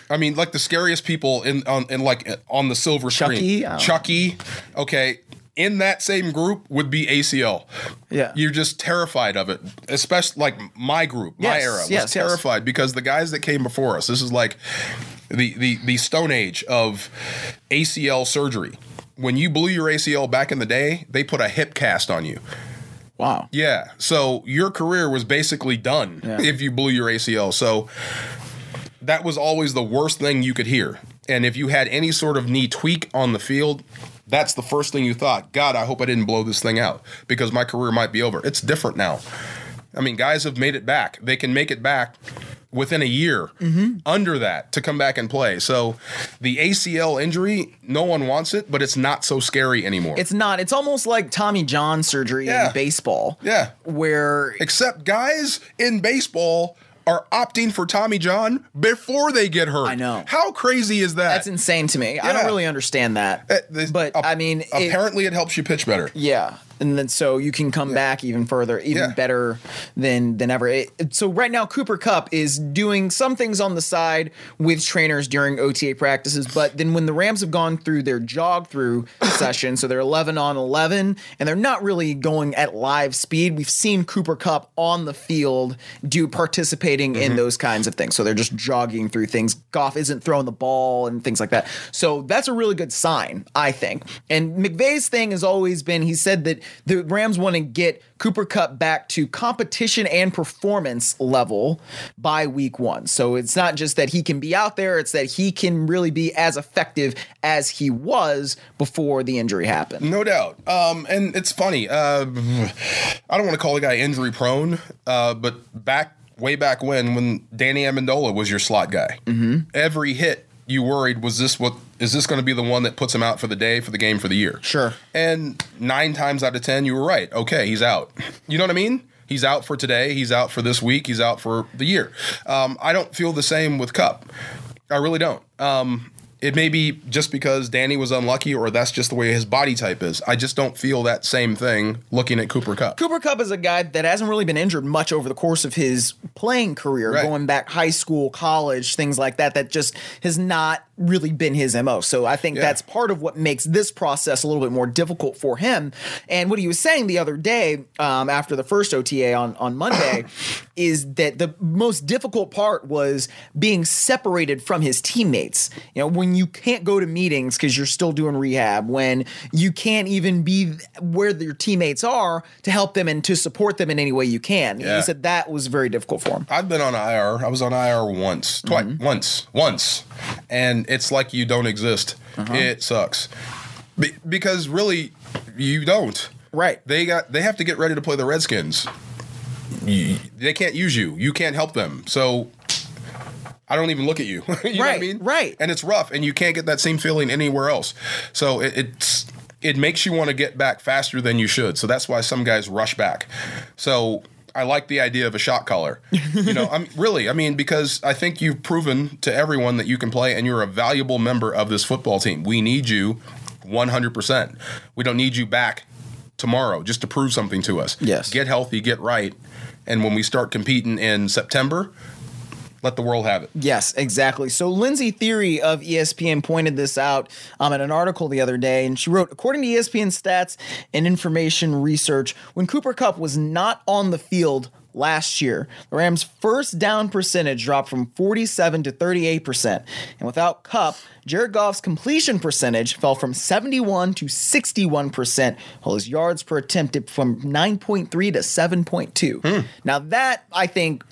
S2: I mean, like the scariest people in on in like uh, on the silver
S1: Chucky? I
S2: screen.
S1: don't-
S2: Chucky. Okay. In that same group would be ACL.
S1: Yeah.
S2: You're just terrified of it. Especially like my group, my
S1: Yes,
S2: era was
S1: yes, yes.
S2: terrified because the guys that came before us, this is like the the the stone age of ACL surgery. When you blew your ACL back in the day, they put a hip cast on you.
S1: wow,
S2: Yeah. So your career was basically done if you blew your ACL. So that was always the worst thing you could hear. And if you had any sort of knee tweak on the field, that's the first thing you thought. God, I hope I didn't blow this thing out because my career might be over. It's different now. I mean, guys have made it back. They can make it back within a year under that to come back and play. So the ACL injury, no one wants it, but it's not so scary anymore.
S1: It's not. It's almost like Tommy John surgery
S2: Yeah.
S1: in baseball.
S2: yeah.
S1: Where
S2: Except guys in baseball are opting for Tommy John before they get hurt.
S1: I know.
S2: How crazy is that?
S1: that's insane to me. I don't
S2: Yeah.
S1: really understand that.
S2: Uh, this-
S1: but
S2: ap-
S1: I mean, it-
S2: apparently it helps you pitch better.
S1: yeah. And then so you can come back even further, even
S2: Yeah.
S1: better than than ever. It- it- so right now Cooper Cup is doing some things on the side with trainers during OTA practices, but then when the Rams have gone through their jog through session, so they're eleven on eleven, and they're not really going at live speed. We've seen Cooper Cup on the field do participating in those kinds of things. So they're just jogging through things. Goff isn't throwing the ball and things like that. So that's a really good sign, I think. And McVay's thing has always been he said that the Rams want to get Cooper Cup back to competition and performance level by week one. So it's not just that he can be out there, it's that he can really be as effective as he was before the injury happened.
S2: No doubt. Um, and it's funny. Uh, I don't want to call the guy injury prone, uh, but back way back when, when Danny Amendola was your slot guy,
S1: Mm-hmm.
S2: every hit you worried was this what is this going to be the one that puts him out for the day, for the game, for the year?
S1: Sure.
S2: And nine times out of ten, you were right. Okay, he's out. You know what I mean? He's out for today. He's out for this week. He's out for the year. Um, I don't feel the same with Cup. I really don't. Um, it may be just because Danny was unlucky, or that's just the way his body type is. I just don't feel that same thing looking at Cooper Cup.
S1: Cooper Cup is a guy that hasn't really been injured much over the course of his playing career,
S2: Right.
S1: going back high school, college, things like that. That just has not really been his MO. So I think
S2: Yeah.
S1: that's part of what makes this process a little bit more difficult for him. And what he was saying the other day um, after the first OTA on, on Monday is that the most difficult part was being separated from his teammates. You know, when you can't go to meetings because you're still doing rehab, when you can't even be where your teammates are to help them and to support them in any way you can.
S2: Yeah.
S1: He said that was very difficult for him.
S2: I've been on IR. I was on IR once, twice, once, once, and it's like you don't exist. It sucks Be- because really you don't.
S1: Right.
S2: They got. They have to get ready to play the Redskins. You- They can't use you. You can't help them. So. I don't even look at you. you know what I
S1: Right,
S2: mean?
S1: right.
S2: And it's rough, and you can't get that same feeling anywhere else. So it, it's it makes you want to get back faster than you should. So that's why some guys rush back. So I like the idea of a shot caller. you know, I'm really, I mean, because I think you've proven to everyone that you can play, and you're a valuable member of this football team. We need you 100. percent We don't need you back tomorrow just to prove something to us.
S1: Yes.
S2: Get healthy, get right, and when we start competing in September, let the world have it.
S1: Yes, exactly. So Lindsay Theory of E ESPN pointed this out um, in an article the other day, and she wrote, according to E ESPN stats and information research, when Cooper Cup was not on the field last year, the Rams' first down percentage dropped from 47 to 38 percent, and without Cup, Jared Goff's completion percentage fell from 71 to 61 percent, while his yards per attempt dipped from 9.3 to 7.2. Now that I think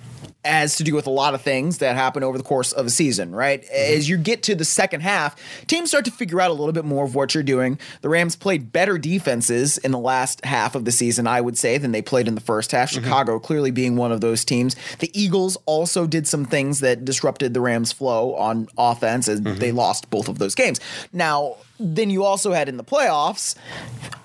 S1: has to do with a lot of things that happen over the course of a season, right?
S2: Mm-hmm.
S1: As you get to the second half, teams start to figure out a little bit more of what you're doing. The Rams played better defenses in the last half of the season, I would say, than they played in the first half.
S2: Mm-hmm.
S1: Chicago clearly being one of those teams. The Eagles also did some things that disrupted the Rams' flow on offense as
S2: Mm-hmm.
S1: they lost both of those games. Now, then you also had in the playoffs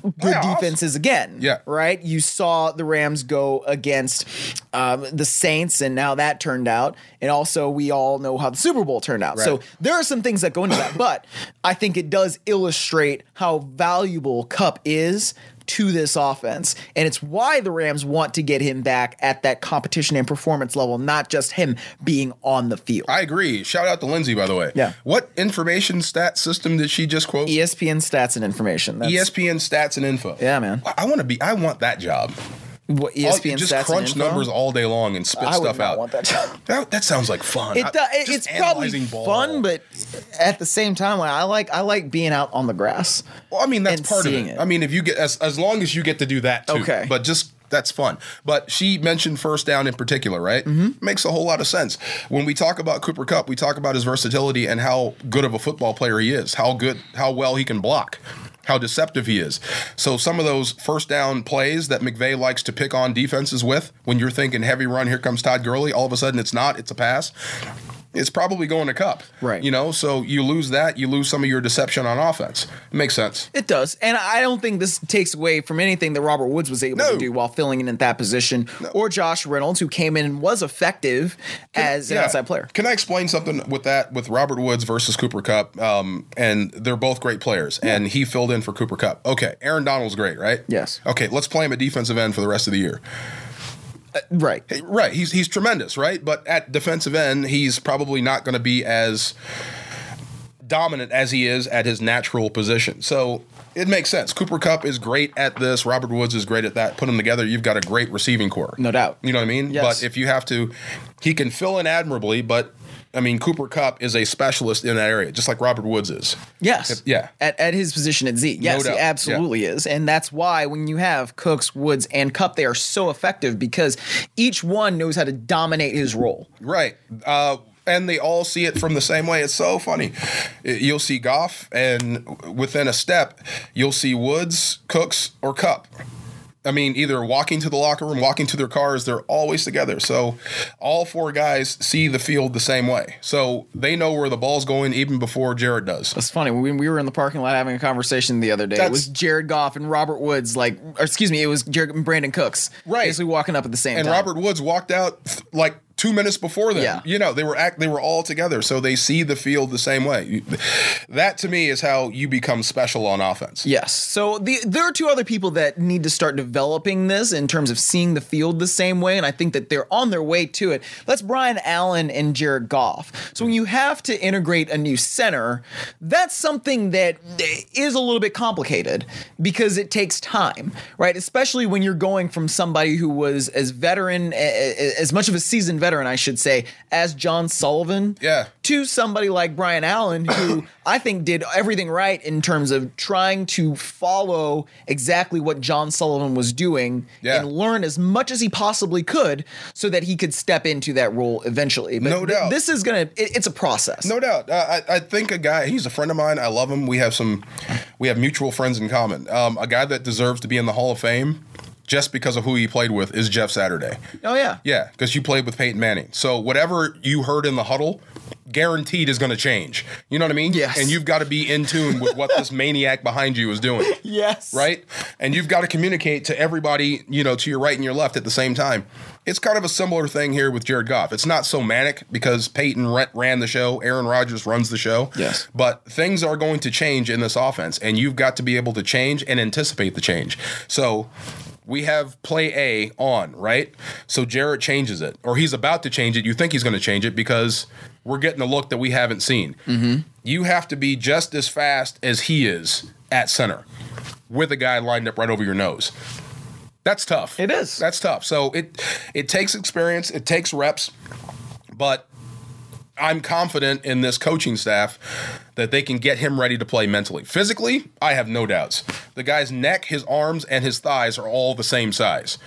S1: good
S2: Playoffs?
S1: defenses again.
S2: Yeah.
S1: Right? You saw the Rams go against um, the Saints and how that turned out. And also, we all know how the Super Bowl turned out. So
S2: Right.
S1: there are some things that go into that. But I think it does illustrate how valuable Cup is to this offense. And it's why the Rams want to get him back at that competition and performance level, not just him being on the field.
S2: I agree. Shout out to Lindsay, by the way.
S1: Yeah. E
S2: What information stat system did she just quote? E
S1: ESPN stats and information. That's
S2: ESPN stats and info.
S1: Yeah, man.
S2: I, want to be. I want that job.
S1: what E
S2: All-
S1: ESPN
S2: Oh, just
S1: stats
S2: crunch
S1: and info.
S2: numbers all day long and spit
S1: I would
S2: stuff
S1: not
S2: out.
S1: want that job.
S2: That, that sounds like fun.
S1: It,
S2: I-
S1: do- it-
S2: just
S1: it's probably
S2: analyzing ball.
S1: fun, but at the same time, I like I like being out on the grass.
S2: Well, I mean, that's
S1: and
S2: part of it.
S1: seeing it.
S2: I mean, if you get as as long as you get to do that too.
S1: Okay.
S2: But just that's fun. But she mentioned first down in particular, right?
S1: Mm-hmm.
S2: Makes a whole lot of sense. When we talk about Cooper Cup, we talk about his versatility and how good of a football player he is, how good, how well he can block, how deceptive he is. So some of those first down plays that McVay likes to pick on defenses with, when you're thinking heavy run, here comes Todd Gurley, all of a sudden it's not, it's a pass. It's probably going to cup.
S1: Right.
S2: You know, so you lose that, you lose some of your deception on offense. It makes sense.
S1: It does. And I don't think this takes away from anything that Robert Woods was able
S2: No.
S1: to do while filling in at that position or Josh Reynolds, who came in and was effective as an
S2: Yeah.
S1: outside player.
S2: Can I explain something with that with Robert Woods versus Cooper Cup? Um, and they're both great players, and he filled in for Cooper Cup. Okay, Aaron Donald's great, right?
S1: Yes.
S2: Okay, let's play him at defensive end for the rest of the year.
S1: Right.
S2: Right, he's he's tremendous, right? But at defensive end, he's probably not going to be as dominant as he is at his natural position. So it makes sense. Cooper Cup is great at this. Robert Woods is great at that. Put them together, you've got a great receiving core.
S1: No doubt.
S2: You know what I mean?
S1: Yes.
S2: But if you have to, he can fill in admirably, but I mean, Cooper Cup is a specialist in that area, just like Robert Woods is.
S1: Yes.
S2: yeah.
S1: At, at his position at Z. Yes,
S2: doubt.
S1: he
S2: Yeah.
S1: absolutely is. And that's why when you have Cooks, Woods, and Cup, they are so effective because each one knows how to dominate his role.
S2: Right. Uh, and they all see it from the same way. It's so funny. It- You'll see Goff, and w- within a step, you'll see Woods, Cooks, or Cup. I mean, either walking to the locker room, walking to their cars, they're always together. So all four guys see the field the same way. So they know where the ball's going even before Jared does.
S1: It's funny when we were in the parking lot having a conversation the other day. it
S2: That's-
S1: was Jared Goff and Robert Woods, like, or excuse me, it was Jared and Brandon Cooks,
S2: Right.
S1: Basically walking up at the same
S2: and
S1: time.
S2: Robert Woods walked out th- like two minutes before them.
S1: Yeah.
S2: You know, they were act, they were all together, so they see the field the same way. You- That to me is how you become special on offense.
S1: Yes. So the, there are two other people that need to start developing this in terms of seeing the field the same way, and I think that they're on their way to it. That's Brian Allen and Jared Goff. So when you have to integrate a new center, that's something that is a little bit complicated because it takes time, right? Especially when you're going from somebody who was as veteran, a- a- as much of a seasoned veteran, I should say, as John Sullivan
S2: Yeah.
S1: to somebody like Brian Allen, who I think did everything right in terms of trying to follow exactly what John Sullivan was doing
S2: Yeah.
S1: and learn as much as he possibly could so that he could step into that role eventually. But
S2: No doubt.
S1: This is going to, it's a process.
S2: No doubt. Uh, I, I think a guy, he's a friend of mine. I love him. We have some, we have mutual friends in common. Um, a guy that deserves to be in the Hall of Fame just because of who he played with is Jeff Saturday.
S1: Oh, yeah.
S2: Yeah, because you played with Peyton Manning. So whatever you heard in the huddle, guaranteed is going to change. You know what I mean?
S1: Yes.
S2: And you've got to be in tune with what this maniac behind you is doing.
S1: Yes.
S2: Right? And you've got to communicate to everybody, you know, to your right and your left at the same time. It's kind of a similar thing here with Jared Goff. It's not so manic because Peyton re- ran the show, Aaron Rodgers runs the show.
S1: Yes.
S2: But things are going to change in this offense, and you've got to be able to change and anticipate the change. So we have play A on, right? So Jarrett changes it, or he's about to change it. You think he's going to change it because we're getting a look that we haven't seen.
S1: Mm-hmm.
S2: You have to be just as fast as he is at center with a guy lined up right over your nose. That's tough.
S1: It is.
S2: That's tough. So it it takes experience, it takes reps, but I'm confident in this coaching staff that they can get him ready to play mentally. Physically, I have no doubts. The guy's neck, his arms, and his thighs are all the same size.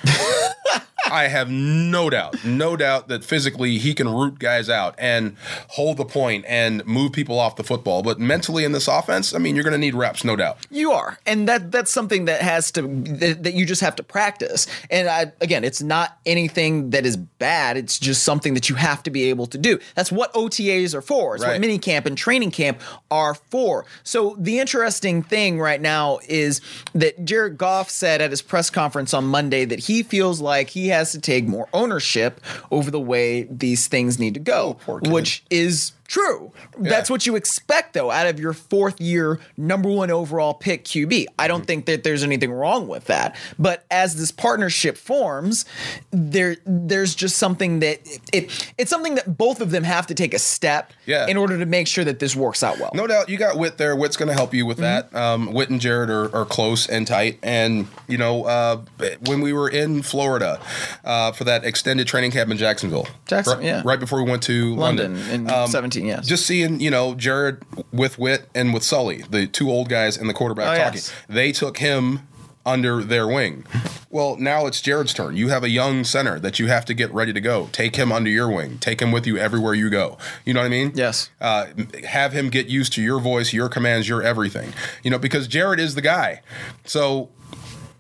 S2: I have no doubt, no doubt that physically he can root guys out and hold the point and move people off the football. But mentally in this offense, I mean, you're going to need reps, no doubt.
S1: You are, and that that's something that has to that, that you just have to practice. And I, again, it's not anything that is bad. It's just something that you have to be able to do. That's what OTAs are for. It's what
S2: Right.
S1: mini camp and training camp are for. So the interesting thing right now is that Jared Goff said at his press conference on Monday that he feels like he has to take more ownership over the way these things need to go,
S2: Oh, poor kid.
S1: which is true. That's what you expect, though, out of your fourth year number one overall pick QB. I
S2: Mm-hmm.
S1: don't think that there's anything wrong with that. But as this partnership forms, there there's just something that it, it's something that both of them have to take a step
S2: Yeah.
S1: in order to make sure that this works out well.
S2: No doubt, you got Witt there. Witt's going to help you with
S1: Mm-hmm.
S2: that. Um, Witt and Jared are, are close and tight. And you know, uh, when we were in Florida uh, for that extended training camp in Jacksonville,
S1: Jackson-
S2: right,
S1: yeah.
S2: right before we went to London, Um,
S1: London in 17, yes.
S2: just seeing you know Jared with Witt and with Sully, the two old guys and the quarterback
S1: Oh,
S2: talking.
S1: yes.
S2: They took him. under their wing. Well, now it's Jared's turn. You have a young center that you have to get ready to go. Take him under your wing. Take him with you everywhere you go. You know what I mean?
S1: Yes.
S2: Uh, have him get used to your voice, your commands, your everything. You know, because Jared is the guy. So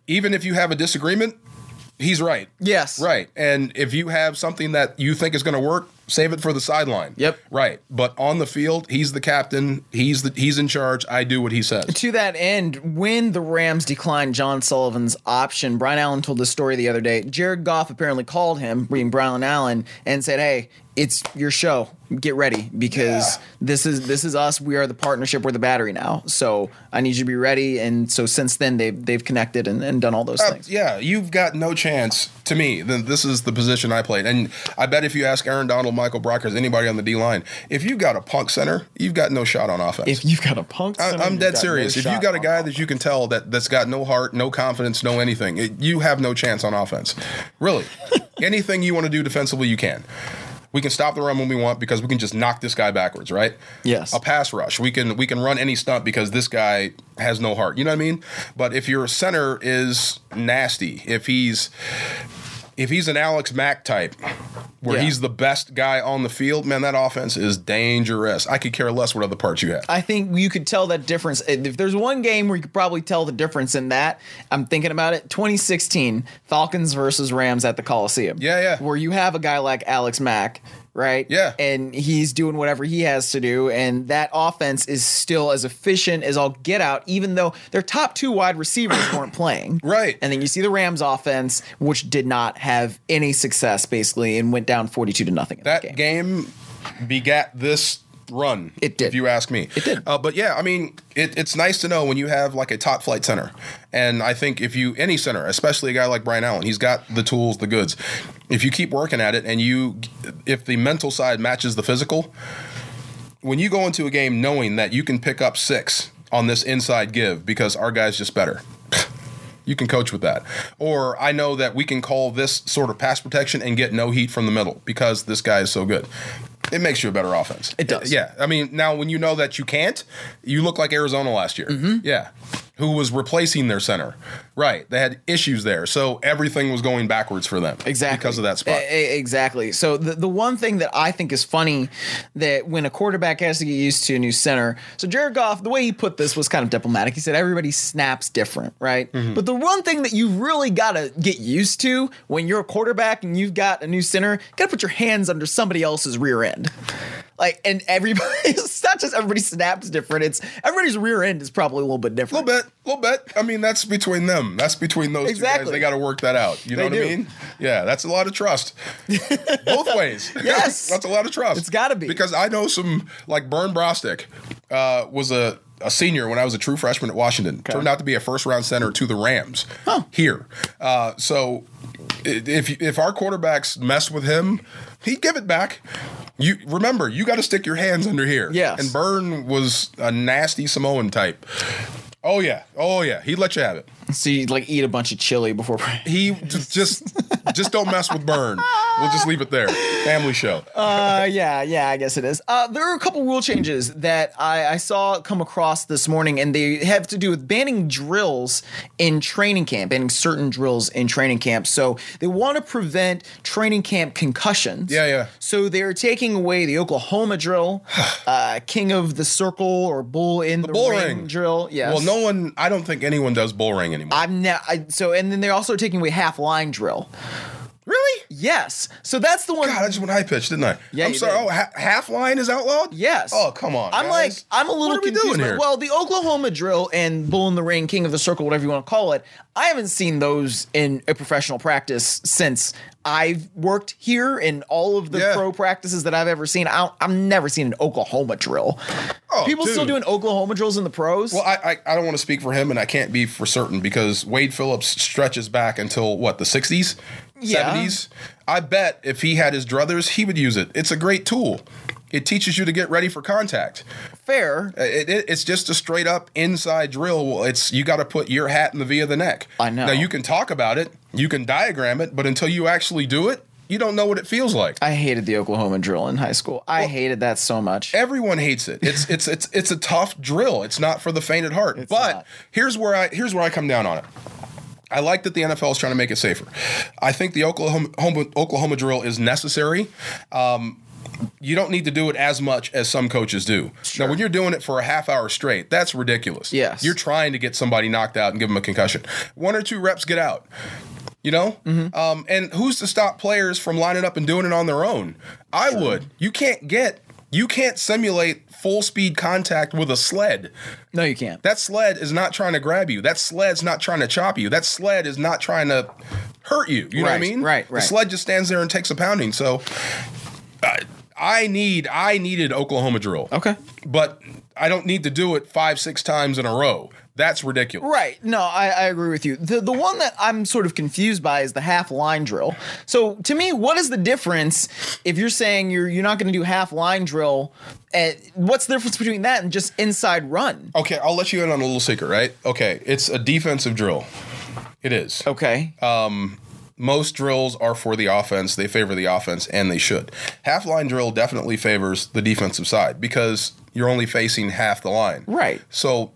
S2: even if you have a disagreement, he's right.
S1: Yes.
S2: Right. And if you have something that you think is going to work, save it for the sideline.
S1: Yep.
S2: Right. But on the field, he's the captain. He's the he's in charge. I do what he says.
S1: To that end, when the Rams declined John Sullivan's option, Brian Allen told this story the other day. Jared Goff apparently called him, being Brian Allen, and said, "Hey, it's your show. Get ready because
S2: Yeah.
S1: this is this is us. We are the partnership. We're the battery now. So I need you to be ready." And so since then, they've they've connected and, and done all
S2: Uh,
S1: those things.
S2: Yeah, you've got no chance to me. Then this is the position I played. And I bet if you ask Aaron Donald, Michael Brockers, anybody on the D line, if you've got a punk center, you've got no shot on offense.
S1: If you've got a punk,
S2: I-
S1: center,
S2: I'm
S1: you've
S2: dead
S1: got no
S2: serious. if you
S1: shot
S2: got a
S1: on
S2: guy that you can tell that that's got no heart, no confidence, no anything, it, you have no chance on offense. Really, anything you want to do defensively, you can. We can stop the run when we want because we can just knock this guy backwards, right?
S1: Yes.
S2: A pass rush. We can we can run any stunt because this guy has no heart. You know what I mean? But if your center is nasty, if he's if he's an Alex Mack type, where
S1: Yeah.
S2: he's the best guy on the field, man, that offense is dangerous. I could care less what other parts you have.
S1: I think you could tell that difference. If there's one game where you could probably tell the difference in that, I'm thinking about it. 2016 Falcons versus Rams at the Coliseum.
S2: Yeah, yeah.
S1: Where you have a guy like Alex Mack, right?
S2: Yeah.
S1: And he's doing whatever he has to do, and that offense is still as efficient as all get out, even though their top two wide receivers weren't playing.
S2: Right.
S1: And then you see the Rams offense, which did not have any success basically, and went down 42 to nothing. In that,
S2: that game. begat this run.
S1: It did.
S2: If you ask me, it
S1: did.
S2: Uh, but yeah, I mean, it, it's nice to know when you have like a top flight center, and I think if you any center, especially a guy like Brian Allen, he's got the tools, the goods. If you keep working at it, and you, if the mental side matches the physical, when you go into a game knowing that you can pick up six on this inside give because our guy's just better. You can coach with that. Or I know that we can call this sort of pass protection and get no heat from the middle because this guy is so good. It makes you a better offense.
S1: It does.
S2: Yeah. I mean, now when you know that you can't, you look like Arizona last year.
S1: Mm-hmm.
S2: Yeah. Who was replacing their center. Right. They had issues there. So everything was going backwards for them.
S1: Exactly.
S2: Because of that spot.
S1: E- e- exactly. So the, the one thing that I think is funny that when a quarterback has to get used to a new center, so Jared Goff, the way he put this was kind of diplomatic. He said everybody snaps different, right?
S2: Mm-hmm.
S1: But the one thing that you really gotta get used to when you're a quarterback and you've got a new center, you gotta put your hands under somebody else's rear end. Like and everybody, it's not just everybody snaps different. It's everybody's rear end is probably a little bit different.
S2: little bit, little bit. I mean, that's between them. That's between those two
S1: Exactly.
S2: guys. They got to work that out. You
S1: They
S2: know what
S1: do.
S2: I mean? Yeah, that's a lot of trust, both ways.
S1: Yes.
S2: that's a lot of trust.
S1: It's gotta be.
S2: because I know some like Bern Brostick uh, was a. A senior when I was a true freshman at Washington turned out to be a first round center to the Rams here. Uh, so i- if if our quarterbacks mess with him, he'd give it back. You remember you got to stick your hands under here.
S1: Yes.
S2: and Byrne was a nasty Samoan type. Oh yeah, oh yeah. He'd let you have it.
S1: So you like eat a bunch of chili before.
S2: He j- just just don't mess with Burn. We'll just leave it there. Family show.
S1: uh, yeah, yeah, I guess it is. Uh, there are a couple rule changes that I, I saw come across this morning, and they have to do with banning drills in training camp, banning certain drills in training camp. So they want to prevent training camp concussions.
S2: Yeah, yeah.
S1: So they're taking away the Oklahoma drill, uh, King of the Circle or Bull in the,
S2: bull
S1: ring,
S2: ring.
S1: drill. Yes.
S2: Well, no one. I don't think anyone does bull ring anymore.
S1: I'm now. I, so and then they're also taking away half line drill.
S2: really?
S1: Yes. So that's the one.
S2: God, I just went high pitched, didn't I?
S1: Yeah,
S2: I'm
S1: you
S2: sorry.
S1: did.
S2: Oh, ha- half line is outlawed.
S1: Yes.
S2: Oh, come on.
S1: I'm
S2: guys.
S1: like, I'm a little
S2: What are we
S1: confused.
S2: doing
S1: by-
S2: here?
S1: Well, the Oklahoma drill and Bull in the Ring, King of the Circle, whatever you want to call it, I haven't seen those in a professional practice since I've worked here. In all of the
S2: Yeah.
S1: pro practices that I've ever seen, I don't, I've never seen an Oklahoma drill.
S2: Oh,
S1: People still
S2: dude.
S1: doing Oklahoma drills in the pros.
S2: Well, I, I I don't want to speak for him, and I can't be for certain because Wade Phillips stretches back until what the sixties,
S1: Yeah.
S2: seventies. I bet if he had his druthers, he would use it. It's a great tool. It teaches you to get ready for contact.
S1: Fair.
S2: Uh, It, it, it's just a straight up inside drill. Well, It's you got to put your hat in the V of the neck.
S1: I know.
S2: Now you can talk about it, you can diagram it, but until you actually do it, you don't know what it feels like.
S1: I hated the Oklahoma drill in high school. I hated that so much.
S2: Everyone hates it. It's it's it's it's a tough drill. It's not for the faint at heart. but
S1: not.
S2: here's where I here's where I come down on it. I like that the NFL is trying to make it safer. I think the Oklahoma Oklahoma drill is necessary. Um, you don't need to do it as much as some coaches do. Now, when you're doing it for a half hour straight, that's ridiculous.
S1: Yes.
S2: You're trying to get somebody knocked out and give them a concussion. One or two reps get out. You know? Um, and who's to stop players from lining up and doing it on their own? I would. You can't get, you can't simulate full speed contact with a sled.
S1: No, you can't.
S2: That sled is not trying to grab you. That sled's not trying to chop you. That sled is not trying to hurt you. You know what I
S1: Right,
S2: mean?
S1: right,
S2: The
S1: right.
S2: sled just stands there and takes a pounding. So I, I need I needed Oklahoma drill.
S1: okay.
S2: But I don't need to do it five, six times in a row. That's ridiculous.
S1: Right. No, I, I agree with you. The the one that I'm sort of confused by is the half line drill. So to me, what is the difference if you're saying you're you're not going to do half line drill? And what's the difference between that and just inside run?
S2: Okay, I'll let you in on a little secret, right? Okay, it's a defensive drill. It is.
S1: Okay.
S2: most drills are for the offense. They favor the offense, and they should. Half line drill definitely favors the defensive side because you're only facing half the line.
S1: Right.
S2: So,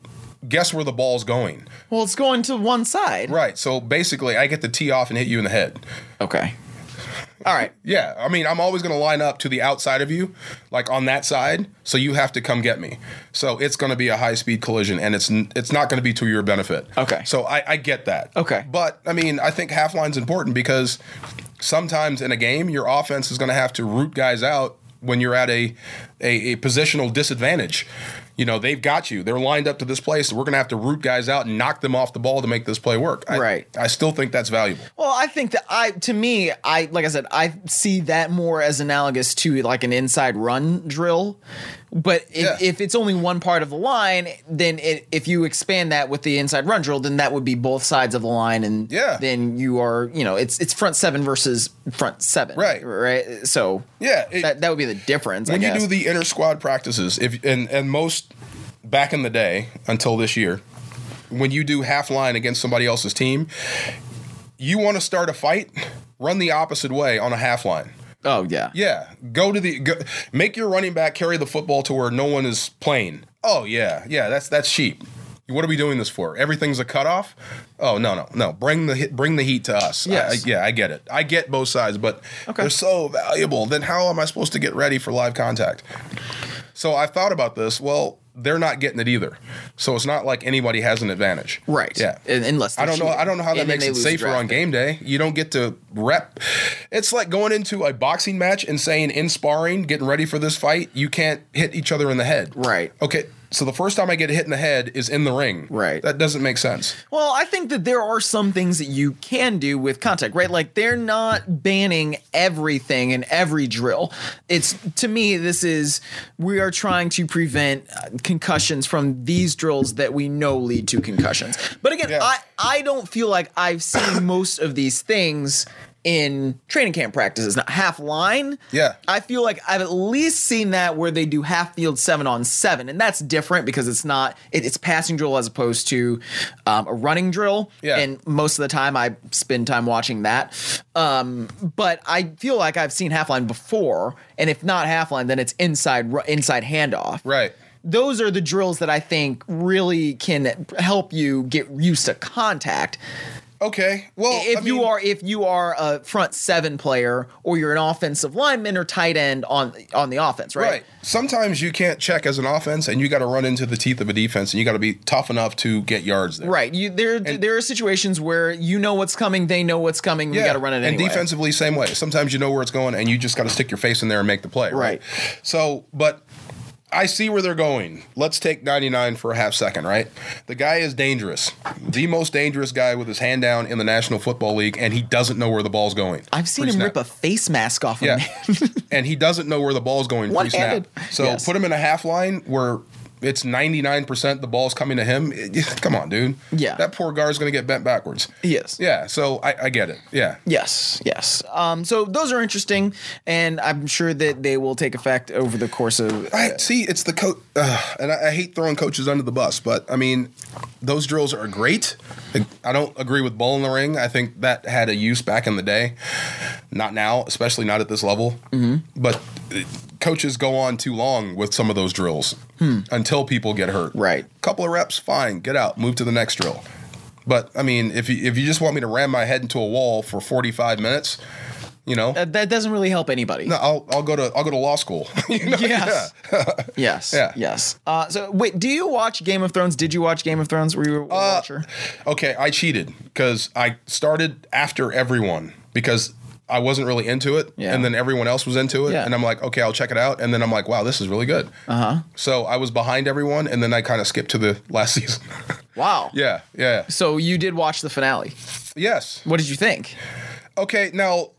S2: guess where the ball's going?
S1: well, it's going to one side.
S2: Right. So basically, I get to tee off and hit you in the head.
S1: Okay. All right.
S2: Yeah. I mean, I'm always going to line up to the outside of you, like on that side. So you have to come get me. So it's going to be a high speed collision, and it's n- it's not going to be to your benefit.
S1: Okay.
S2: So I, I get that.
S1: Okay.
S2: But I mean, I think half line's important because sometimes in a game, your offense is going to have to root guys out when you're at a, a a positional disadvantage. You know, they've got you. They're lined up to this place. We're going to have to root guys out and knock them off the ball to make this play work. I-
S1: Right.
S2: I still think that's valuable.
S1: Well, I think that I, to me, I like I said, I see that more as analogous to like an inside run drill. But if,
S2: Yeah.
S1: if it's only one part of the line, then it, if you expand that with the inside run drill, then that would be both sides of the line, and
S2: Yeah.
S1: then you are, you know, it's it's front seven versus front seven,
S2: Right.
S1: Right. So
S2: Yeah, it-
S1: that that would be the difference.
S2: when
S1: I
S2: you
S1: guess.
S2: do the inter squad practices if and and most back in the day until this year when you do half line against somebody else's team you want to start a fight run the opposite way on a half line
S1: oh yeah,
S2: yeah go to the go, make your running back carry the football to where no one is playing oh yeah yeah that's that's cheap what are we doing this for? Everything's a cutoff. Oh no no no! Bring the hit- bring the heat to us.
S1: Yes.
S2: I- yeah, I get it. I get both sides, but
S1: Okay.
S2: they're so valuable. Then how am I supposed to get ready for live contact? So I've thought about this. Well, they're not getting it either. So it's not like anybody has an advantage.
S1: right.
S2: Yeah.
S1: Un- unless
S2: I don't know. I don't know how that
S1: And then
S2: makes
S1: they
S2: it
S1: lose
S2: safer on
S1: draft pick.
S2: game day. You don't get to rep. It's like going into a boxing match and saying in sparring, getting ready for this fight, you can't hit each other in the head.
S1: Right.
S2: Okay. So the first time I get hit in the head is in the ring.
S1: Right.
S2: That doesn't make sense.
S1: Well, I think that there are some things that you can do with contact, right? Like they're not banning everything in every drill. It's to me, this is we are trying to prevent uh, concussions from these drills that we know lead to concussions. But again,
S2: Yeah.
S1: I I don't feel like I've seen most of these things in training camp practices. Not half line.
S2: Yeah.
S1: I feel like I've at least seen that where they do half field seven on seven, and that's different because it's not it, it's passing drill as opposed to um, a running drill.
S2: Yeah.
S1: And most of the time, I spend time watching that. Um, but I feel like I've seen half line before, and if not half line, then it's inside ru- inside handoff.
S2: Right.
S1: Those are the drills that I think really can help you get used to contact
S2: Okay. Well,
S1: if
S2: I
S1: you
S2: mean-
S1: are if you are a front seven player or you're an offensive lineman or tight end on on the offense, right?
S2: Right. Sometimes you can't check as an offense, and you got to run into the teeth of a defense, and you got to be tough enough to get yards there.
S1: Right. You there there are situations where you know what's coming, they know what's coming, we got to run it anyway.
S2: And defensively, same way. Sometimes you know where it's going, and you just got to stick your face in there and make the play.
S1: Right.
S2: So, but I see where they're going. Let's take 99 for a half second, right? The guy is dangerous, the most dangerous guy with his hand down in the National Football League, and he doesn't know where the ball's going.
S1: I've seen him rip a face mask off of
S2: Yeah.
S1: me.
S2: and he doesn't know where the ball's going pre snap.
S1: One-handed.
S2: So
S1: Yes.
S2: put him in a half line where it's 99% the ball's coming to him. It- Come on, dude.
S1: Yeah.
S2: That poor guard's going to get bent backwards.
S1: Yes.
S2: Yeah. So I, I get it. Yeah.
S1: Yes, yes. Um, so those are interesting, and I'm sure that they will take effect over the course of.
S2: I see. It's the coach, uh, and I, I hate throwing coaches under the bus, but I mean, those drills are great. I, I don't agree with ball in the ring. I think that had a use back in the day, not now, especially not at this level.
S1: Mm-hmm.
S2: But uh, coaches go on too long with some of those drills until people get hurt.
S1: Hmm. Right.
S2: Couple of reps, fine. Get out. Move to the next drill. But I mean, if you, if you just want me to ram my head into a wall for 45 minutes, you know,
S1: That, that doesn't really help anybody.
S2: no, I'll I'll go to I'll go to law school. you know?
S1: Yes. yes.
S2: Yeah.
S1: Yes. Uh, so wait, do you watch Game of Thrones? Did you watch Game of Thrones? Were you
S2: Uh,
S1: a watcher?
S2: Okay, I cheated because I started after everyone because I wasn't really into it,
S1: Yeah.
S2: and then everyone else was into it,
S1: Yeah. Uh-huh.
S2: and I'm like, okay, I'll check it out, and then I'm like, wow, this is really good. Uh huh. So I was behind everyone, and then I kind of skipped to the last season.
S1: Wow.
S2: yeah, yeah,
S1: So you did watch the finale.
S2: yes.
S1: What did you think?
S2: Okay, now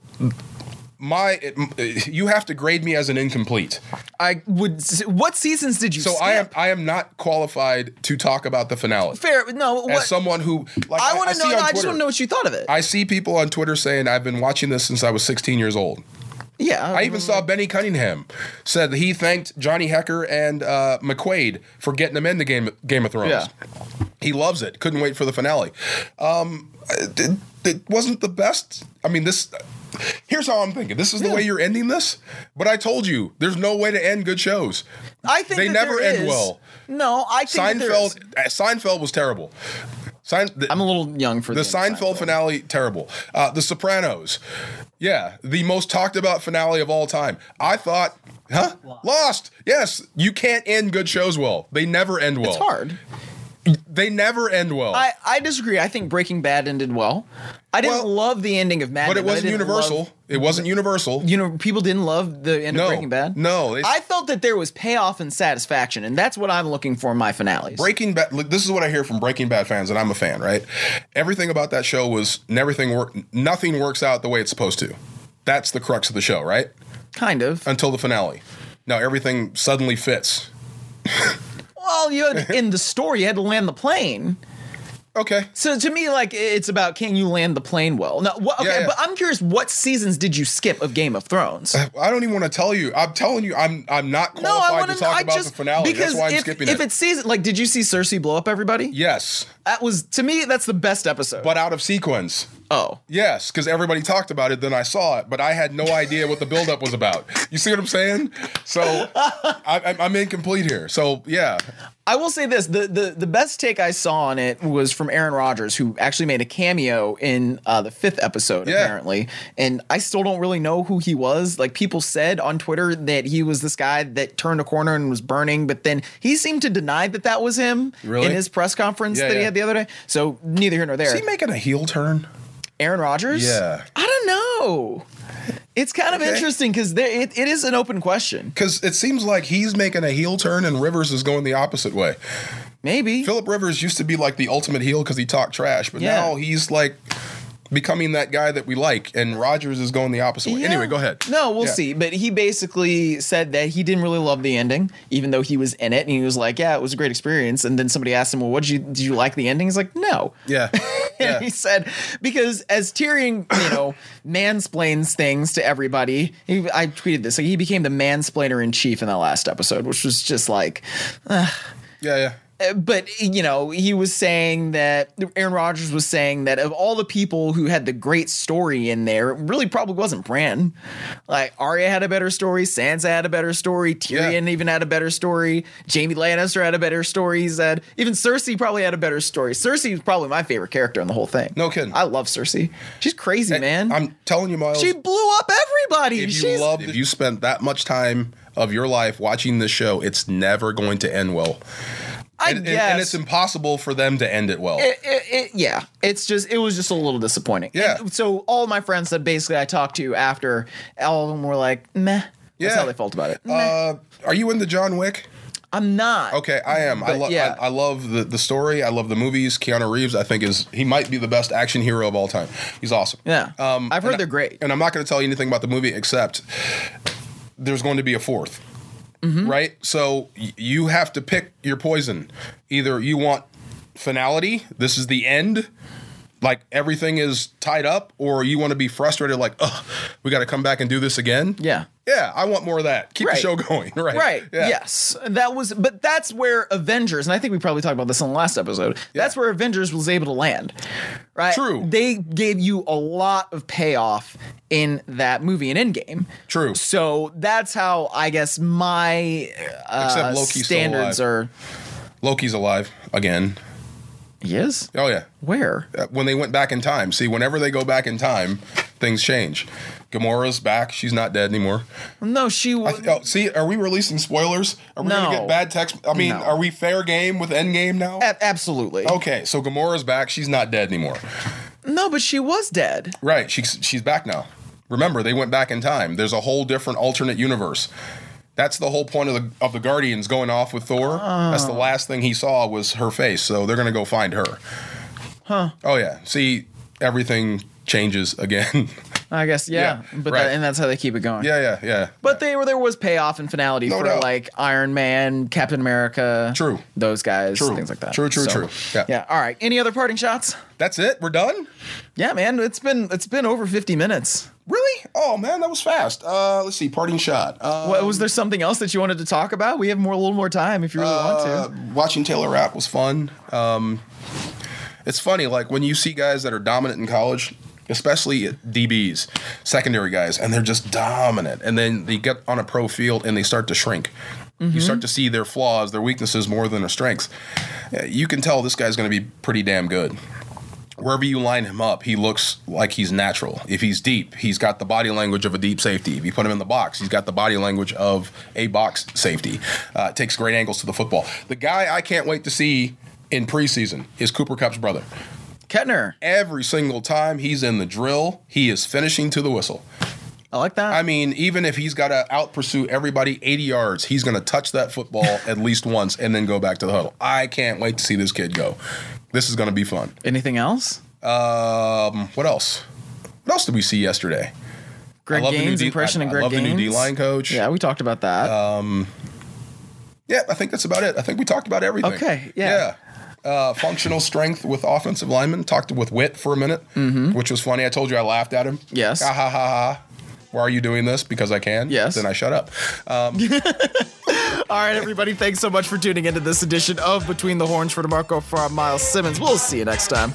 S2: my it, you have to grade me as an incomplete.
S1: I would. s- What seasons did you?
S2: So I am
S1: skip?
S2: I am not qualified to talk about the finale.
S1: fair. No. What,
S2: As someone who like
S1: I want to
S2: see
S1: know. no,
S2: on
S1: I just
S2: Twitter-
S1: want to know what you thought of it.
S2: I see people on Twitter saying I've been watching this since I was 16 years old.
S1: yeah.
S2: I even saw Benny Cunningham said that he thanked Johnny Hecker and uh, McQuaid for getting them into Game Game of Thrones.
S1: Yeah.
S2: He loves it. Couldn't wait for the finale. Um, it, it wasn't the best. I mean, this. Here's how I'm thinking. This is the way you're ending this. But I told you, there's no way to end good shows.
S1: I think
S2: they
S1: that
S2: never
S1: there
S2: end
S1: is-
S2: well.
S1: No, I think that there is.
S2: Seinfeld. uh, Seinfeld was terrible. Sein, the,
S1: I'm a little young for
S2: the
S1: the end of
S2: Seinfeld finale, terrible. Uh, the Sopranos, yeah, the most talked about finale of all time. I thought, huh? Lost. Yes, you can't end good shows well. They never end well.
S1: It's hard.
S2: They never end well.
S1: I, I disagree. I think Breaking Bad ended well. I didn't
S2: Well,
S1: love the ending of Mad
S2: but it
S1: Men. I
S2: wasn't
S1: didn't
S2: universal.
S1: love-
S2: it wasn't universal.
S1: you know, people didn't love the end
S2: No.
S1: of Breaking Bad.
S2: No, they-
S1: I felt that there was payoff and satisfaction, and that's what I'm looking for in my finales.
S2: Breaking Bad. Look, this is what I hear from Breaking Bad fans, and I'm a fan, right? Everything about that show was everything work. Nothing works out the way it's supposed to. That's the crux of the show, right?
S1: kind of.
S2: Until the finale. Now everything suddenly fits.
S1: well, you had, in the story, you had to land the plane.
S2: Okay.
S1: So to me, like it's about can you land the plane well? No, what, okay,
S2: Yeah, yeah.
S1: but I'm curious, what seasons did you skip of Game of Thrones?
S2: I don't even want to tell you. I'm telling you, I'm I'm not qualified
S1: wanna
S2: to
S1: know-
S2: talk about the finale. That's why I'm
S1: if,
S2: skipping
S1: if
S2: it.
S1: it's season, like, did you see Cersei blow up everybody?
S2: yes,
S1: That was to me, that's the best episode.
S2: but out of sequence.
S1: oh,
S2: Yes, because everybody talked about it. Then I saw it, but I had no idea what the buildup was about. You see what I'm saying? So I, I'm, I'm incomplete here. So yeah,
S1: I will say this: the, the the best take I saw on it was from Aaron Rodgers, who actually made a cameo in uh, the fifth episode,
S2: Yeah.
S1: apparently. And I still don't really know who he was. Like people said on Twitter that he was this guy that turned a corner and was burning, but then he seemed to deny that that was him
S2: Really?
S1: in his press conference
S2: Yeah,
S1: that he
S2: yeah.
S1: had the other day. So neither here nor there.
S2: is he making a heel turn?
S1: Aaron Rodgers?
S2: Yeah.
S1: I don't know. It's kind of
S2: Okay.
S1: interesting because it, it is an open question.
S2: Because it seems like he's making a heel turn, and Rivers is going the opposite way.
S1: Maybe.
S2: Philip Rivers used to be like the ultimate heel because he talked trash, but
S1: Yeah.
S2: now he's like becoming that guy that we like, and Rogers is going the opposite way.
S1: Yeah.
S2: Anyway, go ahead.
S1: No, we'll
S2: Yeah.
S1: see. But he basically said that he didn't really love the ending, even though he was in it, and he was like, "Yeah, it was a great experience." And then somebody asked him, "Well, what did you did you like the ending?" He's like, "No."
S2: Yeah.
S1: And he said, because as Tyrion, you know, mansplains things to everybody, he, I tweeted this. Like he became the mansplainer in chief in that last episode, which was just like,
S2: yeah, yeah.
S1: but you know, he was saying that Aaron Rodgers was saying that of all the people who had the great story in there, it really probably wasn't Bran. Like Arya had a better story, Sansa had a better story, Tyrion
S2: Yeah.
S1: even had a better story, Jamie Lannister had a better story. He said even Cersei probably had a better story. Cersei was probably my favorite character in the whole thing.
S2: No kidding.
S1: I love Cersei. She's crazy, man.
S2: I'm telling you, Miles.
S1: she blew up everybody.
S2: if you
S1: She's-
S2: love, if you spent that much time of your life watching this show, it's never going to end well.
S1: I
S2: And, and-
S1: guess.
S2: and it's impossible for them to end it well.
S1: it, it, it, yeah, it's just it was just a little disappointing.
S2: Yeah.
S1: And so all my friends that basically I talked to after, all of them were like, "Meh." That's
S2: Yeah.
S1: how they felt about it. Meh.
S2: uh, are you into John Wick?
S1: I'm not.
S2: Okay, I am. I
S1: But,
S2: love.
S1: yeah.
S2: I, I love the the story. I love the movies. Keanu Reeves, I think, is he might be the best action hero of all time. He's awesome.
S1: Yeah.
S2: Um,
S1: I've heard
S2: and
S1: they're
S2: I-
S1: great.
S2: and I'm not going to tell you anything about the movie except there's going to be a 4th
S1: Mm-hmm.
S2: right? So y- you have to pick your poison. Either you want finality. This is the end. Like everything is tied up, or you want to be frustrated, like, oh, we got to come back and do this again.
S1: Yeah.
S2: Yeah, I want more of that. Keep
S1: Right.
S2: the show going. Right.
S1: Right.
S2: Yeah.
S1: Yes. That was, but that's where Avengers, and I think we probably talked about this in the last episode. That's where Avengers was able to land. Right.
S2: True.
S1: They gave you a lot of payoff in that movie and Endgame.
S2: True.
S1: So that's how I guess my uh,
S2: Except Loki's still
S1: standards
S2: alive.
S1: are.
S2: Loki's alive again.
S1: He is?
S2: Oh yeah.
S1: Where?
S2: Uh, When they went back in time, see, whenever they go back in time, things change. Gamora's back. She's not dead anymore.
S1: No, she was.
S2: Oh, see, are we releasing spoilers? Are we
S1: No.
S2: gonna get bad text? I mean,
S1: No.
S2: are we fair game with Endgame now?
S1: absolutely.
S2: Okay, so Gamora's back. She's not dead anymore.
S1: No, but she was dead.
S2: Right. She's she's back now. Remember, they went back in time. There's a whole different alternate universe. That's the whole point of the of the Guardians going off with Thor. That's the last thing he saw was her face. So they're gonna go find her. Huh. Oh yeah. See, everything changes again.
S1: I guess, yeah.
S2: Yeah,
S1: but
S2: right.
S1: that, and that's how they keep it going.
S2: yeah, yeah, yeah.
S1: But they were there was payoff and finality for
S2: doubt.
S1: like Iron Man, Captain America,
S2: True.
S1: those guys,
S2: True.
S1: things like that.
S2: True, true, true.
S1: Yeah.
S2: Yeah.
S1: All right. Any other parting shots?
S2: That's it. We're done.
S1: Yeah, man. It's been it's been over fifty minutes.
S2: Really? Oh man, that was fast. Uh, let's see. Parting shot. Uh,
S1: What, was there something else that you wanted to talk about? We have more a little more time if you really
S2: uh,
S1: want to.
S2: watching Taylor rap was fun. Um, it's funny, like when you see guys that are dominant in college, especially at DBs, secondary guys, and they're just dominant, and then they get on a pro field and they start to shrink. You start to see their flaws, their weaknesses more than their strengths. Uh, You can tell this guy's going to be pretty damn good. Wherever you line him up, he looks like he's natural. If he's deep, he's got the body language of a deep safety. If you put him in the box, he's got the body language of a box safety. Uh, takes great angles to the football. The guy I can't wait to see in preseason is Cooper Cup's brother.
S1: Kettner.
S2: Every single time he's in the drill, he is finishing to the whistle.
S1: I like that.
S2: I mean, even if he's got to out pursue everybody 80 yards, he's going to touch that football at least once and then go back to the huddle. I can't wait to see this kid go. This is going to be fun.
S1: Anything else?
S2: Um, what else? What else did we see yesterday?
S1: Greg
S2: love the new
S1: Gaines
S2: D- Uh,
S1: impression
S2: I-
S1: and
S2: I
S1: Greg
S2: love the new
S1: Gaines.
S2: D-line coach.
S1: Yeah, we talked about that.
S2: Yeah, I think that's about it. I think we talked about everything.
S1: Okay, yeah.
S2: Yeah. Uh, functional strength with offensive linemen. Talked with Witt for a minute, which was funny. I told you I laughed at him.
S1: Mm-hmm. Yes.
S2: Ah, ha ha ha. Why are you doing this? Because I can.
S1: Yes.
S2: Then I shut up.
S1: All right, everybody, thanks so much for tuning into this edition of Between the Horns for DeMarco from Miles Simmons. We'll see you next time.